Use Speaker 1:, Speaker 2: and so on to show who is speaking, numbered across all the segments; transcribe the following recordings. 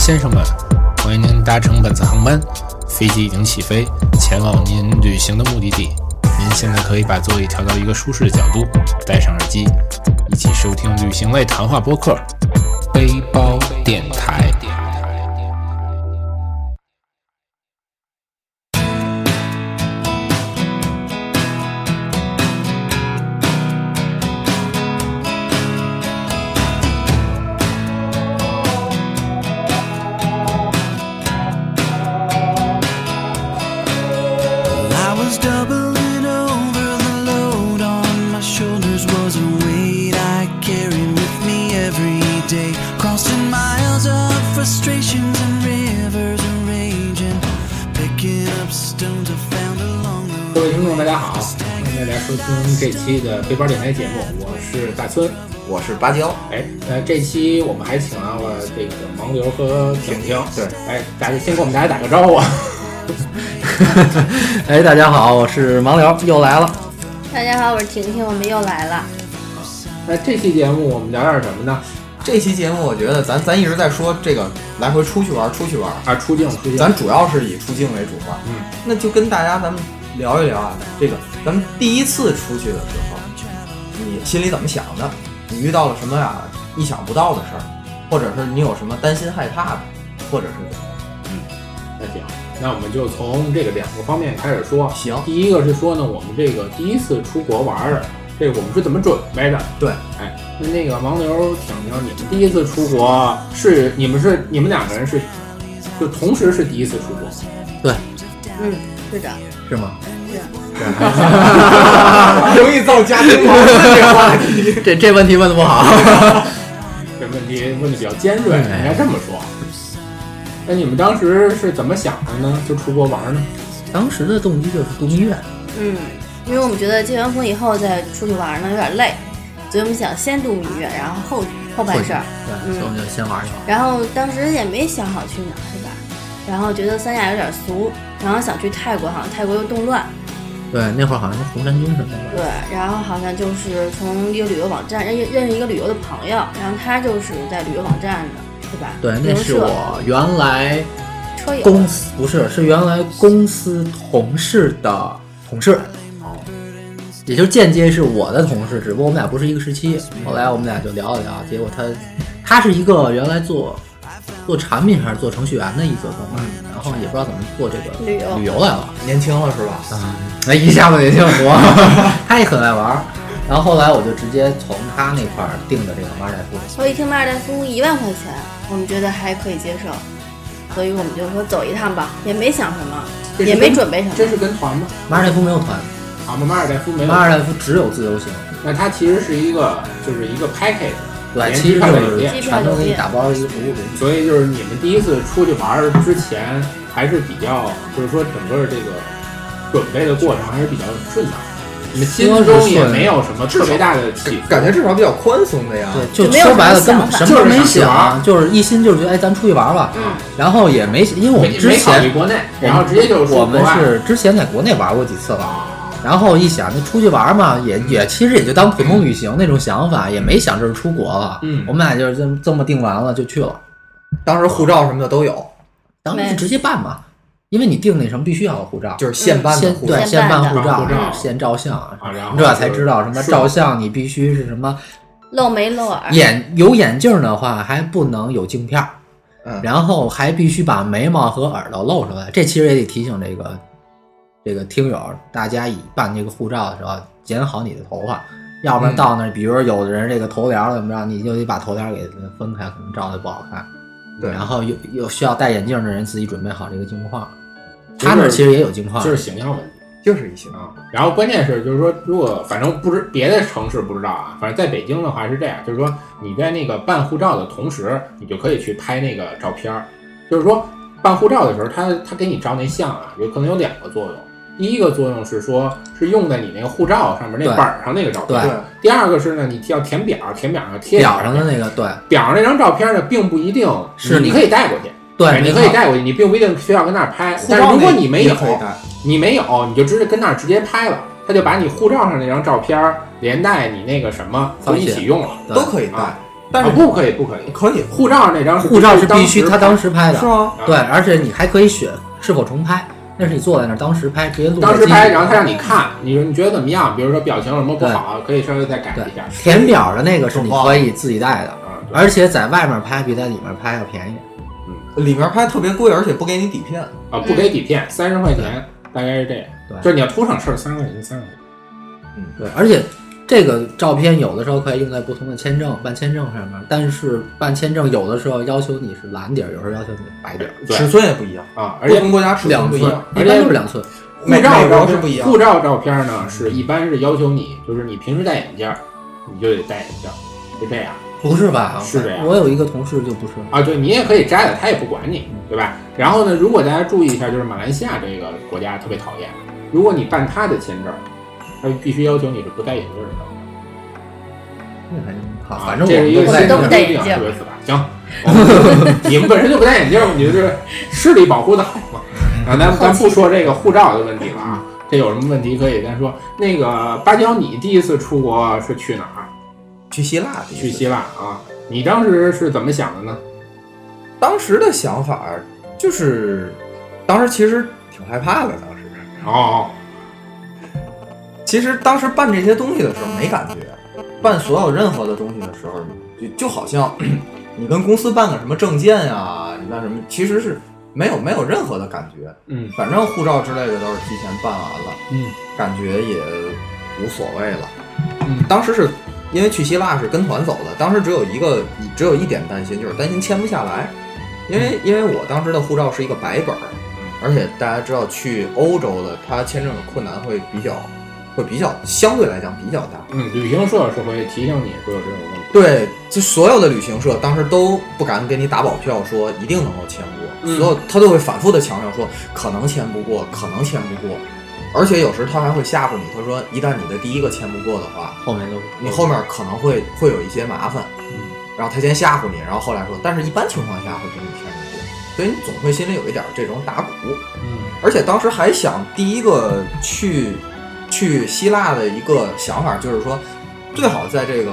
Speaker 1: 先生们，欢迎您搭乘本次航班，飞机已经起飞，前往您旅行的目的地。您现在可以把座椅调到一个舒适的角度，戴上耳机，一起收听旅行类谈话播客《背包电台》。
Speaker 2: Well, I was doubling over. The load on my shoulders was a weight I carried with me every day. Crossing miles of frustrations and rivers and raging. Picking up stones I found along the
Speaker 1: 各位听众，大家好，欢迎大家收听这期的背包电台节目，我是大村。
Speaker 3: 我是芭蕉，
Speaker 1: 哎，呃，这期我们还请到了这个盲流和婷婷。
Speaker 3: 对，
Speaker 1: 哎，大家先给我们大家打个招呼。
Speaker 4: 哎，大家好，我是盲聊，又来了。
Speaker 5: 大家好，我是婷婷，我们又来了。
Speaker 1: 那这期节目我们聊点什么呢？
Speaker 3: 这期节目我觉得咱咱一直在说这个来回出去玩，出去玩，
Speaker 1: 啊，出镜出镜，
Speaker 3: 咱主要是以出境为主嘛。
Speaker 1: 嗯，
Speaker 3: 那就跟大家咱们聊一聊啊，这个咱们第一次出去的时候，你心里怎么想的？你遇到了什么呀、意想不到的事儿，或者是你有什么担心害怕的，或者是怎么样
Speaker 1: 那行，那我们就从这个两个方面开始说。
Speaker 3: 哦 行
Speaker 1: 第一个是说呢，我们这个第一次出国玩儿，这个我们是怎么准备的？
Speaker 3: 对，
Speaker 1: 哎，那那个王流、婷婷，你们第一次出国是你们是你们两个人是就同时是第一次出国，
Speaker 5: 嗯，是的，
Speaker 4: 是吗？
Speaker 3: 容易造家庭矛盾这个话题。
Speaker 4: 这这问题问的不好。
Speaker 1: 这问题问的比较尖锐，
Speaker 4: 嗯
Speaker 1: 应该这么说。那你们当时是怎么想的呢？就出国玩儿呢？
Speaker 4: 当时的动机就是度蜜月，
Speaker 5: 嗯，因为我们觉得结完婚以后再出去玩呢有点累，所以我们想先度蜜月，然后后后办事儿。
Speaker 4: 对，所以我们就先玩一玩。
Speaker 5: 然后当时也没想好去哪儿，是吧？然后觉得三亚有点俗，然后想去泰国，好像泰国又动乱，
Speaker 4: 对，那会儿好像是红衫军什么的。
Speaker 5: 对。然后好像就是从一个旅游网站认认识一个旅游的朋友，然后他就是在旅游网站的，是吧？
Speaker 4: 对，
Speaker 5: 旅
Speaker 4: 那
Speaker 5: 游
Speaker 4: 是
Speaker 5: 社
Speaker 4: 我原来
Speaker 5: 车友
Speaker 4: 公司不是，是原来公司同事的同事。哦，也就间接是我的同事，只不过我们俩不是一个时期。
Speaker 5: 嗯
Speaker 4: 后来我们俩就聊了聊，结果他他是一个原来做做产品还是做程序员的一个哥们儿，然后也不知道怎么做这个
Speaker 5: 嗯旅游
Speaker 4: 旅游来了。
Speaker 3: 年轻了是吧？
Speaker 4: 哎，一下子也挺 活，他也很爱玩儿。然后后来我就直接从他那块儿订的这个马尔代夫。
Speaker 5: 所以听马尔代夫一万块钱，我们觉得还可以接受，所以我们就说走一趟吧，也没想什么，
Speaker 1: 这是
Speaker 5: 也没
Speaker 1: 跟
Speaker 5: 准备什么。
Speaker 1: 这是跟团吗？
Speaker 4: 马尔代夫没有团，
Speaker 1: 啊，马尔代夫没有
Speaker 4: 马。尔代夫只有自由行。
Speaker 1: 那它其实是一个就是一个 package，
Speaker 4: 对，
Speaker 1: 连
Speaker 4: 其
Speaker 1: 机
Speaker 4: 实
Speaker 1: 票
Speaker 4: 就
Speaker 1: 酒
Speaker 4: 是
Speaker 1: 店
Speaker 4: 全都给你打包一个服务给你。
Speaker 1: 所以就是你们第一次出去玩儿之前，还是比较就是说整个这个准备的过程还是比较顺当，你们心中也没有什么特别大的起伏，
Speaker 3: 感觉至少比较宽松的呀。
Speaker 4: 对，
Speaker 5: 就
Speaker 4: 就
Speaker 5: 没有
Speaker 4: 说白了
Speaker 5: 什
Speaker 4: 根
Speaker 5: 么
Speaker 4: 本什
Speaker 1: 想法
Speaker 4: 么都没
Speaker 1: 就是想去玩儿
Speaker 4: 想，就是一心就是觉得哎，咱出去玩儿吧。
Speaker 5: 嗯，
Speaker 4: 然后也没，因为我
Speaker 1: 没
Speaker 4: 们之
Speaker 1: 没考虑
Speaker 4: 前
Speaker 1: 国内，然后直接就是
Speaker 4: 我
Speaker 1: 说
Speaker 4: 们
Speaker 1: 国外
Speaker 4: 是之前在国内玩过几次了。然后一想，那出去玩嘛，也也其实也就当普通旅行那种想法，也没想这是出国了。
Speaker 1: 嗯
Speaker 4: 我们俩就是这么这么定完了就去了。
Speaker 3: 当时护照什么的都有，
Speaker 4: 当时
Speaker 5: 没
Speaker 4: 就直接办嘛，因为你订那什么必须要有护照，
Speaker 3: 就是现办的
Speaker 4: 嗯先
Speaker 3: 护照
Speaker 4: 对。
Speaker 5: 先办
Speaker 4: 办
Speaker 5: 的
Speaker 4: 护
Speaker 1: 护照
Speaker 4: 照，先照相
Speaker 1: 啊然后
Speaker 4: 这才知道什么
Speaker 1: 就是哎
Speaker 4: 照相你必须是什么
Speaker 5: 露眉露耳，
Speaker 4: 眼有眼镜的话还不能有镜片儿，
Speaker 3: 嗯，
Speaker 4: 然后还必须把眉毛和耳朵露出来。这其实也得提醒这个这个听友，大家以办这个护照的时候剪好你的头发。要不然
Speaker 3: 嗯
Speaker 4: 到那儿，比如说有的人这个头帘儿怎么着，你就得把头帘儿给分开，可能照的不好看。
Speaker 3: 对
Speaker 4: 然后有有需要戴眼镜的人自己准备好这个镜框，
Speaker 1: 就是
Speaker 4: 他那儿其实也啊有镜框，
Speaker 1: 就是形象问题
Speaker 3: 就是一些。
Speaker 1: 啊。然后关键是就是说，如果反正不知别的城市不知道啊，反正在北京的话是这样，就是说你在那个办护照的同时，你就可以去拍那个照片儿。就是说办护照的时候，他他给你照那相啊，有可能有两个作用。第一个作用是说，是用在你那个护照上面那
Speaker 4: 对
Speaker 1: 本儿上那个照片。
Speaker 4: 对
Speaker 3: 对，
Speaker 1: 第二个是呢，你要填表，填表上贴
Speaker 4: 表上的那个，对
Speaker 1: 表上那张照片呢，并不一定
Speaker 4: 是
Speaker 1: 你
Speaker 4: 你
Speaker 1: 可以带过去，
Speaker 4: 对，
Speaker 1: 你
Speaker 4: 没
Speaker 1: 可以
Speaker 4: 错
Speaker 1: 带过去，你并不一定非要跟那儿拍。
Speaker 3: 护
Speaker 1: 但是
Speaker 3: 照
Speaker 1: 如果
Speaker 3: 那
Speaker 1: 你没
Speaker 3: 也
Speaker 1: 有，
Speaker 3: 可以带，
Speaker 1: 你没有，你就直接跟那儿直接拍了，他就把你护照上那张照片儿连带你那个什么都
Speaker 4: 放
Speaker 1: 一
Speaker 4: 心
Speaker 1: 起用了。
Speaker 4: 对
Speaker 3: 都可以带
Speaker 1: 啊。
Speaker 3: 但
Speaker 1: 啊
Speaker 3: 是
Speaker 1: 不可以，不可以，
Speaker 3: 可以
Speaker 1: 护照那张
Speaker 4: 护照是必须他当
Speaker 1: 时
Speaker 4: 时拍的，
Speaker 3: 是吗？
Speaker 1: 啊
Speaker 4: 对，而且你还可以选是否重拍，那是你坐在那儿当时拍，直接录
Speaker 1: 当
Speaker 4: 在机
Speaker 1: 时
Speaker 4: 里。
Speaker 1: 拍，然后他让你看，你说你觉得怎么样？比如说表情有什么不好，可以稍微再改
Speaker 4: 对
Speaker 1: 一下。
Speaker 4: 填表的那个是你可以自己带的，
Speaker 1: 啊，对
Speaker 4: 而且在外面拍比在里面拍要便宜。
Speaker 3: 里面拍特别贵，而且不给你底片。
Speaker 1: 啊，不给底片，三十块钱，大概是这样。
Speaker 4: 对
Speaker 1: 就是你要出省事儿，三十块钱，三十块钱。
Speaker 4: 对，而且这个照片有的时候可以用在不同的签证、办签证上面，但是办签证有的时候要求你是蓝底儿，有时候要求你是白底儿，
Speaker 1: 对
Speaker 3: 尺寸也不一样，
Speaker 1: 啊，而
Speaker 3: 不
Speaker 1: 且
Speaker 3: 同国家尺寸
Speaker 4: 两
Speaker 3: 不
Speaker 4: 寸
Speaker 3: 一样。，
Speaker 4: 一
Speaker 1: 而
Speaker 4: 般
Speaker 1: 且
Speaker 4: 都是两寸。
Speaker 1: 护
Speaker 3: 美
Speaker 1: 照
Speaker 3: 美
Speaker 1: 照
Speaker 3: 国是
Speaker 1: 片
Speaker 3: 不一样
Speaker 1: 护照照片呢是一般是要求你，就是你平时戴眼镜儿，你就得戴眼镜儿，是这样。
Speaker 4: 不是吧？
Speaker 1: 是这样
Speaker 4: 我有一个同事就不是，
Speaker 1: 啊，对你也可以摘了，他也不管你，对吧？然后呢，如果大家注意一下，就是马来西亚这个国家特别讨厌，如果你办他的签证，他必须要求你是不戴眼镜的。
Speaker 4: 那还真好，
Speaker 1: 啊
Speaker 4: 反正
Speaker 1: 这
Speaker 4: 我
Speaker 1: 是
Speaker 4: 们
Speaker 1: 一个
Speaker 4: 都
Speaker 5: 我
Speaker 4: 不
Speaker 1: 新
Speaker 4: 戴
Speaker 5: 们
Speaker 1: 的
Speaker 5: 都不
Speaker 4: 眼镜
Speaker 1: 规定
Speaker 5: 戴眼镜
Speaker 1: 特别复杂。行，我们你们本身就不戴眼镜，你就是视力保护的好嘛。啊，咱咱不说这个护照的问题了啊，这有什么问题可以咱说。那个芭蕉，你第一次出国是去哪儿？
Speaker 3: 去希腊，
Speaker 1: 去希腊啊？你当时是怎么想的呢？
Speaker 3: 当时的想法就是，当时其实挺害怕的。当时
Speaker 1: 哦，
Speaker 3: 其实当时办这些东西的时候没感觉，办所有任何的东西的时候，就就好像 你跟公司办个什么证件呀、你办什么，其实是没有没有任何的感觉。
Speaker 1: 嗯
Speaker 3: 反正护照之类的都是提前办完了，
Speaker 1: 嗯
Speaker 3: 感觉也无所谓了。
Speaker 1: 嗯
Speaker 3: 当时是因为去希腊是跟团走的，当时只有一个，只有一点担心，就是担心签不下来，因为
Speaker 1: 嗯
Speaker 3: 因为我当时的护照是一个白本儿，而且大家知道去欧洲的，它签证的困难会比较，会比较相对来讲比较大。
Speaker 1: 嗯，旅行社是会提醒你说有这种问题。
Speaker 3: 对，就所有的旅行社当时都不敢给你打保票，说一定能够签过，
Speaker 1: 嗯
Speaker 3: 所有他都会反复的强调说可能签不过，可能签不过，而且有时他还会吓唬你，他说一旦你的第一个签不过的话，
Speaker 4: 后面都不
Speaker 3: 你后面可能会会有一些麻烦，然后他先吓唬你，然后后来说，但是一般情况下会给你签上去，所以你总会心里有一点这种打鼓。
Speaker 1: 嗯
Speaker 3: 而且当时还想第一个去去希腊的一个想法就是说，最好在这个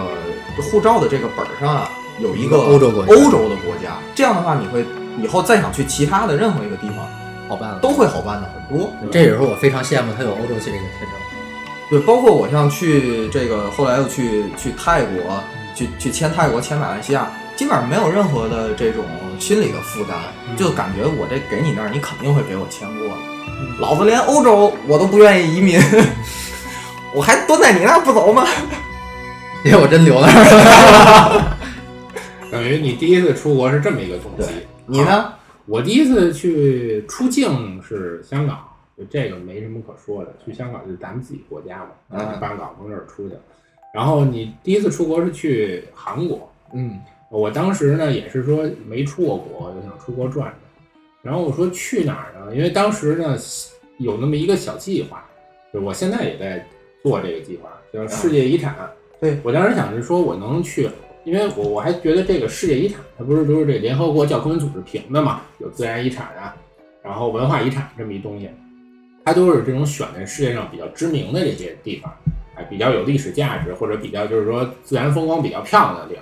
Speaker 3: 护照的这个本儿上啊有一个
Speaker 4: 欧洲国家
Speaker 3: 欧洲的国家，这样的话你会以后再想去其他的任何一个地方
Speaker 4: 好办了。
Speaker 3: 都会好办的很多。
Speaker 4: 这也是我非常羡慕他有欧洲系这个签证，
Speaker 3: 对，包括我像去这个，后来又去去泰国，去去签泰国、签马来西亚，基本上没有任何的这种心理的负担，就感觉我这给你那儿，你肯定会给我签过的。老子连欧洲我都不愿意移民， 我还蹲在你那儿不走吗？
Speaker 4: 因为我真留那儿了。
Speaker 1: 等于你第一次出国是这么一个动机。
Speaker 3: 你
Speaker 1: 啊？
Speaker 3: 呢？
Speaker 1: 我第一次去出境是香港，就这个没什么可说的。去香港就是咱们自己国家嘛，
Speaker 3: 嗯
Speaker 1: 咱们办港从这儿出去。然后你第一次出国是去韩国，
Speaker 3: 嗯，
Speaker 1: 我当时呢也是说没出过国，就想出国转转。然后我说去哪儿呢？因为当时呢有那么一个小计划，就我现在也在做这个计划，叫世界遗产。
Speaker 3: 嗯对
Speaker 1: 我当时想是说我能去，因为我我还觉得这个世界遗产，它不是就是这联合国教科文组织评的嘛，有自然遗产啊，然后文化遗产这么一东西，它都是这种选在世界上比较知名的这些地方，哎，比较有历史价值或者比较就是说自然风光比较漂亮的地儿。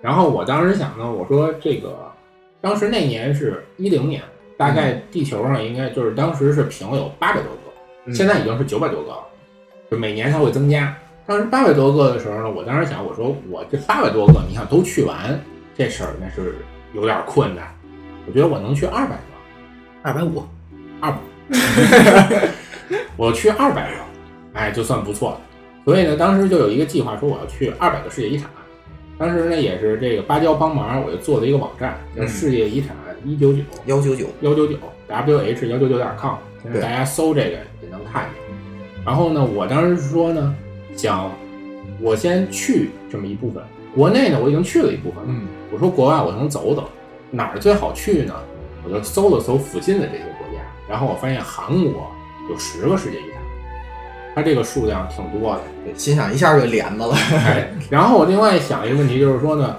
Speaker 1: 然后我当时想呢，我说这个，当时那年是一零年，大概地球上应该就是当时是评了有八百多个，
Speaker 3: 嗯
Speaker 1: 现在已经是九百多个了，就每年它会增加。当时八百多个的时候呢，我当时想，我说我这八百多个，你想都去完，这事儿那是有点困难。我觉得我能去二百个，
Speaker 4: 二百五，
Speaker 1: 二百，我去二百个，哎，就算不错了。所以呢，当时就有一个计划，说我要去二百个世界遗产。当时呢，也是这个芭蕉帮忙，我就做了一个网站，叫
Speaker 3: 嗯
Speaker 1: 世界遗产一九九
Speaker 3: 幺九九，
Speaker 1: 幺九九 wh 幺九九点 com，
Speaker 3: 对
Speaker 1: 大家搜这个也能看见。然后呢，我当时是说呢，想我先去这么一部分，国内呢我已经去了一部分了，
Speaker 3: 嗯
Speaker 1: 我说国外我能走走，哪儿最好去呢？我就搜了搜附近的这些国家，然后我发现韩国有十个世界遗产，它这个数量挺多的。
Speaker 3: 对心想一下就连着了。
Speaker 1: 哎，然后我另外想一个问题就是说呢，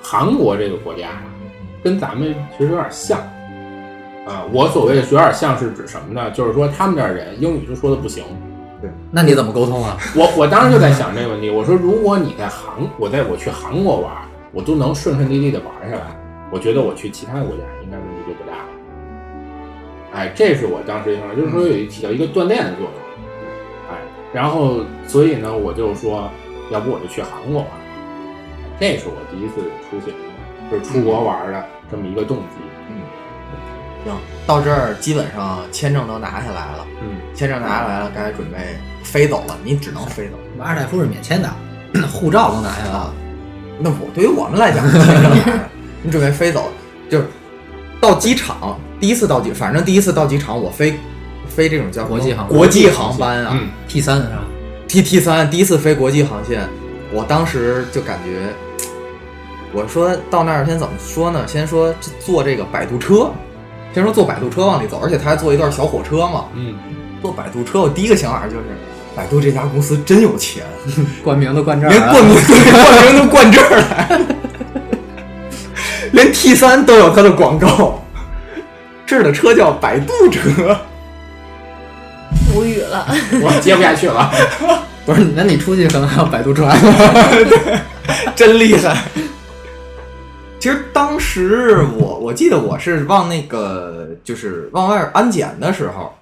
Speaker 1: 韩国这个国家呀，啊跟咱们其实有点像。啊，我所谓的有点像是指什么呢？就是说他们那儿人英语就说的不行。
Speaker 4: 那你怎么沟通啊？
Speaker 1: 我我当时就在想这个问题，我说如果你在韩，我在我去韩国玩，我都能顺顺利利的玩下来，我觉得我去其他国家应该问题就不大了。哎，这是我当时一方面，就是说有一起到一个锻炼的作用。哎，然后所以呢，我就说，要不我就去韩国玩。这是我第一次出行，就是出国玩的这么一个动机。
Speaker 3: 行，到这儿基本上签证都拿下来了，
Speaker 1: 嗯，
Speaker 3: 签证拿下来了，该准备飞走了，你只能飞走。
Speaker 4: 马尔代夫是免签的，护照都拿下来了。
Speaker 3: 那我对于我们来 讲，签证拿下来了，你准备飞走，就是到机场，第一次到机，反正第一次到机场，我飞飞这种叫什么
Speaker 4: 国际航
Speaker 3: 国际航班啊，
Speaker 1: 嗯
Speaker 4: T 三是吧？
Speaker 3: T T 三第一次飞国际航线，我当时就感觉，我说到那儿先怎么说呢？先说这坐这个摆渡车，先说坐摆渡车往里走，而且他还坐一段小火车嘛。
Speaker 1: 嗯，
Speaker 3: 坐摆渡车，我第一个想法就是，百度这家公司真有钱，
Speaker 4: 冠名都 冠这儿啊
Speaker 3: 连
Speaker 4: 了
Speaker 3: 冠名冠名都冠这儿来了， 连 T 三都有它的广告。这儿的车叫摆渡车，
Speaker 5: 无语了。
Speaker 1: 嗯我接不下去了。
Speaker 4: 不是？那你出去可能还要百度船。
Speaker 3: 真厉害。其实当时我我记得我是往那个就是往外安检的时候，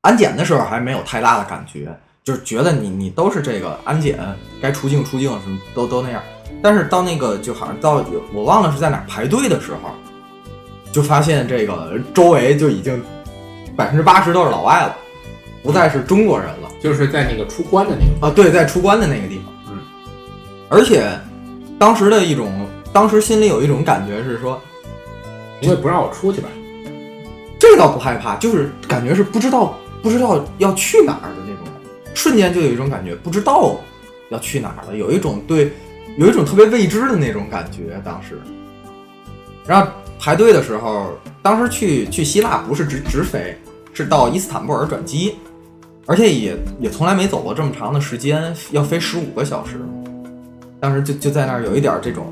Speaker 3: 安检的时候还没有太大的感觉，就是觉得你你都是这个安检该出境出境什么都都那样。但是到那个就好像到我忘了是在哪儿排队的时候，就发现这个周围就已经百分之八十都是老外了，不再是中国人了。
Speaker 1: 就是在那个出关的那个，
Speaker 3: 啊，对，在出关的那个地方。
Speaker 1: 嗯，
Speaker 3: 而且当时的一种，当时心里有一种感觉是说，
Speaker 1: 因为不让我出去吧。
Speaker 3: 这倒不害怕，就是感觉是不知道不知道要去哪儿的那种感觉，瞬间就有一种感觉不知道要去哪儿了，有一种对，有一种特别未知的那种感觉。当时，然后排队的时候，当时去去希腊不是直直飞，是到伊斯坦布尔转机，而且也也从来没走过这么长的时间，要飞十五个小时。当时就就在那儿有一点儿这种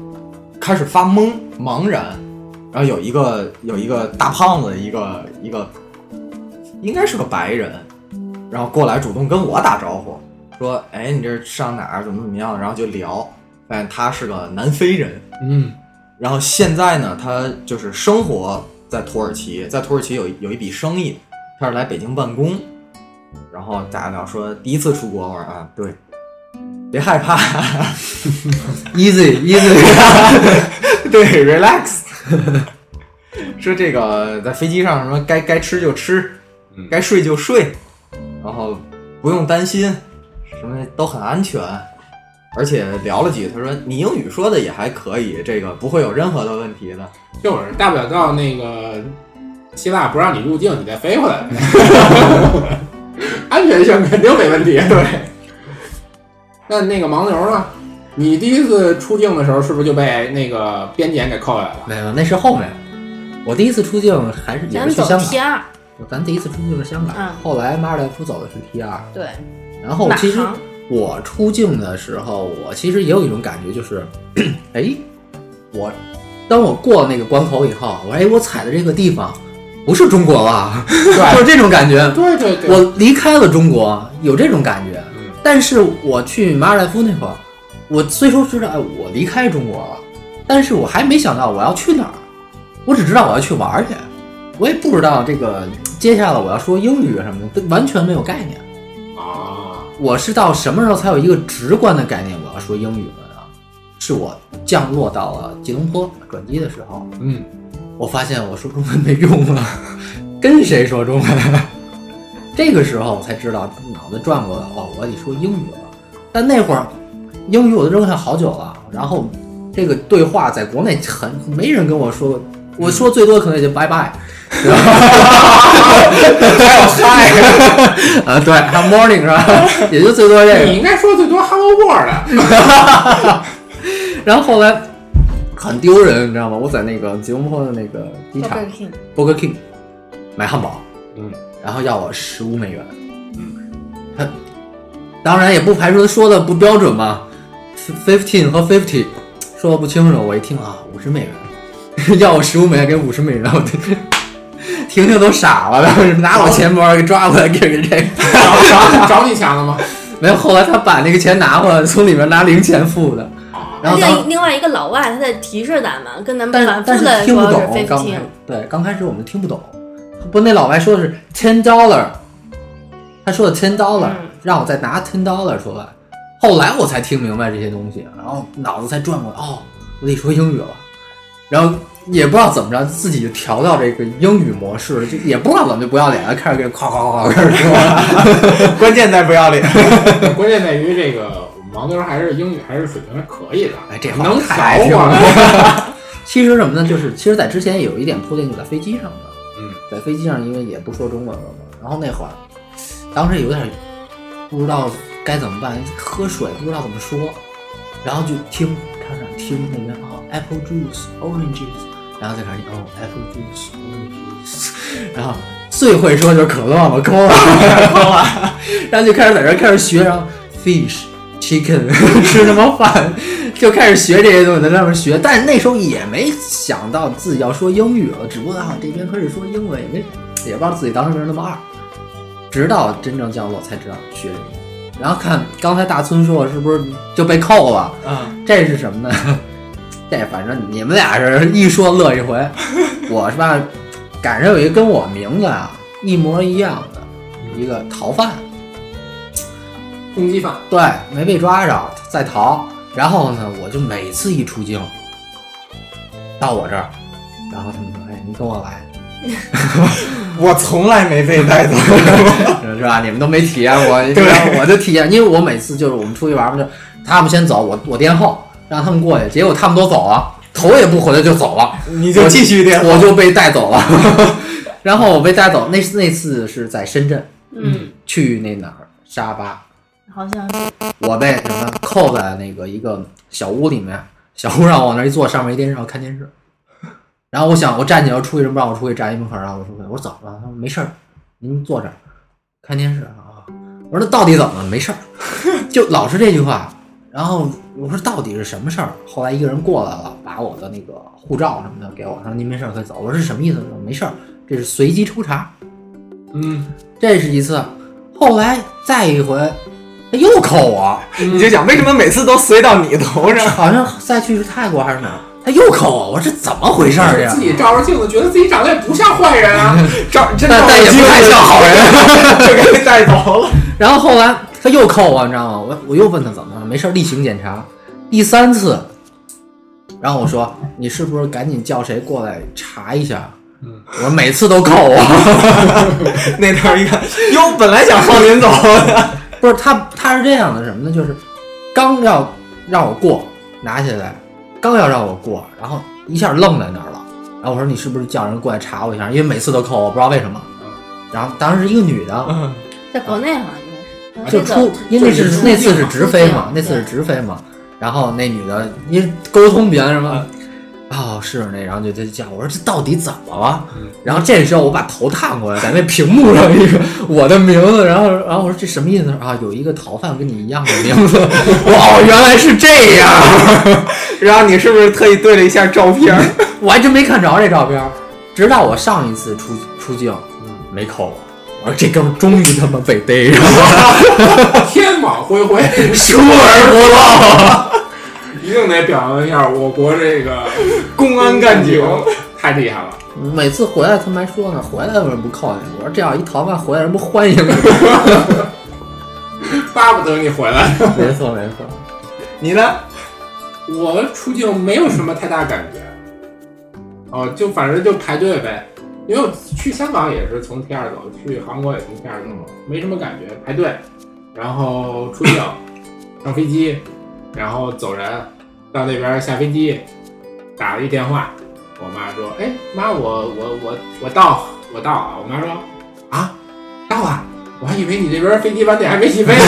Speaker 3: 开始发懵茫然，然后有一个有一个大胖子，一个一个应该是个白人，然后过来主动跟我打招呼，说：“哎，你这上哪儿？怎么怎么样？”然后就聊，发现他是个南非人，
Speaker 1: 嗯，
Speaker 3: 然后现在呢，他就是生活在土耳其，在土耳其有有一笔生意，他是来北京办公，然后大家聊说第一次出国玩啊，对，别害怕，
Speaker 4: Easy Easy，
Speaker 3: 对，relax。说这个在飞机上什么该该吃就吃
Speaker 1: 嗯，
Speaker 3: 该睡就睡，然后不用担心，什么都很安全。而且聊了几句，他说你英语说的也还可以，这个不会有任何的问题的。
Speaker 1: 就是大不了到那个希腊不让你入境，你再飞回来呗，安全性肯定没问题。对。那那个盲流呢？你第一次出境的时候，是不是就被那个边检给扣下来了？
Speaker 4: 没有，那是后面。我第一次出境还是也
Speaker 5: 咱
Speaker 4: 是
Speaker 5: 们
Speaker 4: 去
Speaker 5: 走
Speaker 4: 香
Speaker 5: T
Speaker 4: 港，
Speaker 5: 二，
Speaker 4: 咱第一次出境是香港，
Speaker 5: 嗯
Speaker 4: 后来马尔代夫走的是 T 二。
Speaker 5: 对，
Speaker 4: 然后
Speaker 5: 哪
Speaker 4: 其实
Speaker 5: 行
Speaker 4: 我出境的时候，我其实也有一种感觉，就是， 哎，我当我过那个关口以后，我说哎，我踩的这个地方不是中国吧？ 就是这种感觉。
Speaker 1: 对对对，
Speaker 4: 我离开了中国，有这种感觉。
Speaker 1: 嗯
Speaker 4: 但是我去马尔代夫那会儿，我虽说知道哎，我离开中国了，但是我还没想到我要去哪儿，我只知道我要去玩儿去，我也不知道这个接下来我要说英语什么的，完全没有概念。
Speaker 1: 啊，
Speaker 4: 我是到什么时候才有一个直观的概念？我要说英语了呢？是我降落到了吉隆坡转机的时候，
Speaker 1: 嗯，
Speaker 4: 我发现我说中文没用了， 跟谁说中文？ 这个时候我才知道脑子转过来，哦，我得说英语了。但那会儿英语我都扔下好久了，然后这个对话在国内很没人跟我说，我说最多可能也就拜拜， 对吧还有嗨啊， 对，还有 morning 是吧？也就最多这个
Speaker 1: 你。应该说最多 Hello World 的。
Speaker 4: 然后后来很丢人，你知道吗？我在那个吉隆坡的那个机场
Speaker 5: Burger King
Speaker 4: Burger King 买汉堡，
Speaker 1: 嗯，
Speaker 4: 然后要我十五美元，嗯，他当然也不排除他说的不标准嘛，fifteen 和 fifty 说的不清楚，我一听啊，五十美元， 要我十五美元给五十美元，我这。婷婷都傻了，然后拿我钱包给抓过来，给 给这个，
Speaker 1: 找找找你抢了吗？
Speaker 4: 没有。后来他把那个钱拿回来，从里面拿零钱付的。
Speaker 1: 啊，啊，
Speaker 4: 然后当
Speaker 5: 另另外一个老外他在提示咱们，跟咱们
Speaker 4: 但
Speaker 5: 反
Speaker 4: 但
Speaker 5: 复
Speaker 4: 是
Speaker 5: 的
Speaker 4: 听
Speaker 5: 说
Speaker 4: 不
Speaker 5: 是
Speaker 4: 懂，刚开
Speaker 5: fifteen
Speaker 4: 始。对刚开始我们听不懂，不那老外说的是 ten dollar，他说的 ten dollar，、
Speaker 5: 嗯
Speaker 4: 让我再拿 ten dollar 出来，后来我才听明白这些东西，然后脑子才转过来，哦，我得说英语了，然后也不知道怎么着，自己就调到这个英语模式了，就也不知道怎么就不要脸了，开始给夸夸夸夸开始说了，
Speaker 3: 关键在不要脸。
Speaker 1: 关键在于这个王妞还是英语还是水平还可以的，
Speaker 4: 哎，这话
Speaker 1: 能
Speaker 4: 太
Speaker 1: 调
Speaker 4: 了
Speaker 1: 吗？。
Speaker 4: 其实什么呢？就是其实，在之前有一点铺垫，就在飞机上的。
Speaker 1: 嗯，
Speaker 4: 在飞机上，因为也不说中文了嘛。然后那会儿，当时有点不知道该怎么办，喝水不知道怎么说，然后就听开始听那边哦，apple juice orange juice，然后再开始哦，apple juice orange juice，然后 最会说就是可乐嘛，可乐，可乐，然后就开始在这儿开始学，然后 fish chicken 吃什么饭，就开始学这些东西，在那边学。但是那时候也没想到自己要说英语了，只不过啊这边开始说英文，也没也不知道自己当时为什么那么二。直到真正降落才知道学这个。然后看刚才大村说是不是就被扣了？
Speaker 3: 嗯，
Speaker 4: 这是什么呢？这反正你们俩是一说乐一回，我是吧？赶上有一个跟我名字啊一模一样的一个逃犯，
Speaker 1: 攻击犯，
Speaker 4: 对，没被抓着，在逃。然后呢，我就每次一出境，到我这儿，然后他们说：“哎，你跟我来，
Speaker 3: 我从来没被带走过。
Speaker 4: 是吧？你们都没体验过，对，我就体验，因为我每次就是我们出去玩嘛，就他们先走，我我垫后，让他们过去，结果他们都走了，头也不回的就走了，
Speaker 3: 你就继续点，
Speaker 4: 我就被带走了。 然后我被带走，那那次是在深圳，
Speaker 5: 嗯，
Speaker 4: 去那哪儿沙巴，
Speaker 5: 好像是
Speaker 4: 我被什么扣在那个一个小屋里面，小屋让我往那儿一坐，上面一电视让我看电视。然后我想，我站起来我出去，什么让我出去站一门口让我出去，我说怎么了？他说没事儿，您坐这儿看电视啊。我说那到底怎么了？没事儿， 就老是这句话。然后我说到底是什么事儿？后来一个人过来了，把我的那个护照什么的给我，他说您没事儿可以走。我说是什么意思？他说没事儿，这是随机抽查。
Speaker 1: 嗯，
Speaker 4: 这是一次，后来再一回，他又扣我。
Speaker 3: 你就想为什么每次都随到你头 上？
Speaker 4: 好像再去是泰国还是哪儿，他又扣我，我这怎么回事儿呀
Speaker 1: 自？己照着镜子，觉得自己长得也不像坏人 啊，
Speaker 3: 照真
Speaker 4: 但
Speaker 3: 照
Speaker 4: 但也
Speaker 3: 着镜
Speaker 4: 不太
Speaker 3: 子
Speaker 4: 像好 人。
Speaker 3: 就给带走了。
Speaker 4: 然后后来他又扣我，你知道吗？我我又问他怎么了，没事儿，例行检查。第三次，然后我说你是不是赶紧叫谁过来查一下？
Speaker 1: 嗯，
Speaker 4: 我每次都扣我，
Speaker 3: 那头一看，哟，本来想放您走的，
Speaker 4: 不是他他是这样的什么呢？就是刚要让我过，拿起来，刚要让我过，然后一下愣在那儿了。然后我说你是不是叫人过来查我一下？因为每次都扣我，不知道为什么
Speaker 1: 嗯。
Speaker 4: 然后当时一个女的，
Speaker 3: 嗯
Speaker 5: 在国内好像应该是，
Speaker 4: 就出，因为那
Speaker 1: 就是是
Speaker 4: 那次是直飞嘛
Speaker 5: 出境，
Speaker 4: 那次是直飞嘛。然后那女的因为沟通比较什么，哦是那，然后就就叫我说这到底怎么了
Speaker 1: 嗯？
Speaker 4: 然后这时候我把头探过来，在那屏幕上一个我的名字，然后然后我说这什么意思啊？有一个逃犯跟你一样的名 字，哇，原来是这样，
Speaker 3: 然后你是不是特意对了一下照片？
Speaker 4: 我还真没看着这照片儿，直到我上一次出出境嗯没扣啊我，我说这哥们儿终于他妈被逮上了，
Speaker 1: 天网恢恢，
Speaker 4: 疏而不漏。
Speaker 1: 一定得表扬一下我国这个
Speaker 3: 公安干 警，
Speaker 1: 太厉害了。
Speaker 4: 每次回来他们还说呢，回来为什么不扣你？我说这要一逃犯回来人不欢迎你。
Speaker 1: 巴不得你回来。
Speaker 4: 没错没错，
Speaker 3: 你呢？
Speaker 1: 我出境没有什么太大感觉，哦，就反正就排队呗。因为我去香港也是从 T 二走，去韩国也从 T 二走，没什么感觉，排队，然后出境，上飞机，然后走人，到那边下飞机，打了一电话，我妈说：“哎妈，我我我我到我到啊！”我妈说：“啊，到啊！我还以为你这边飞机晚点还没起飞呢。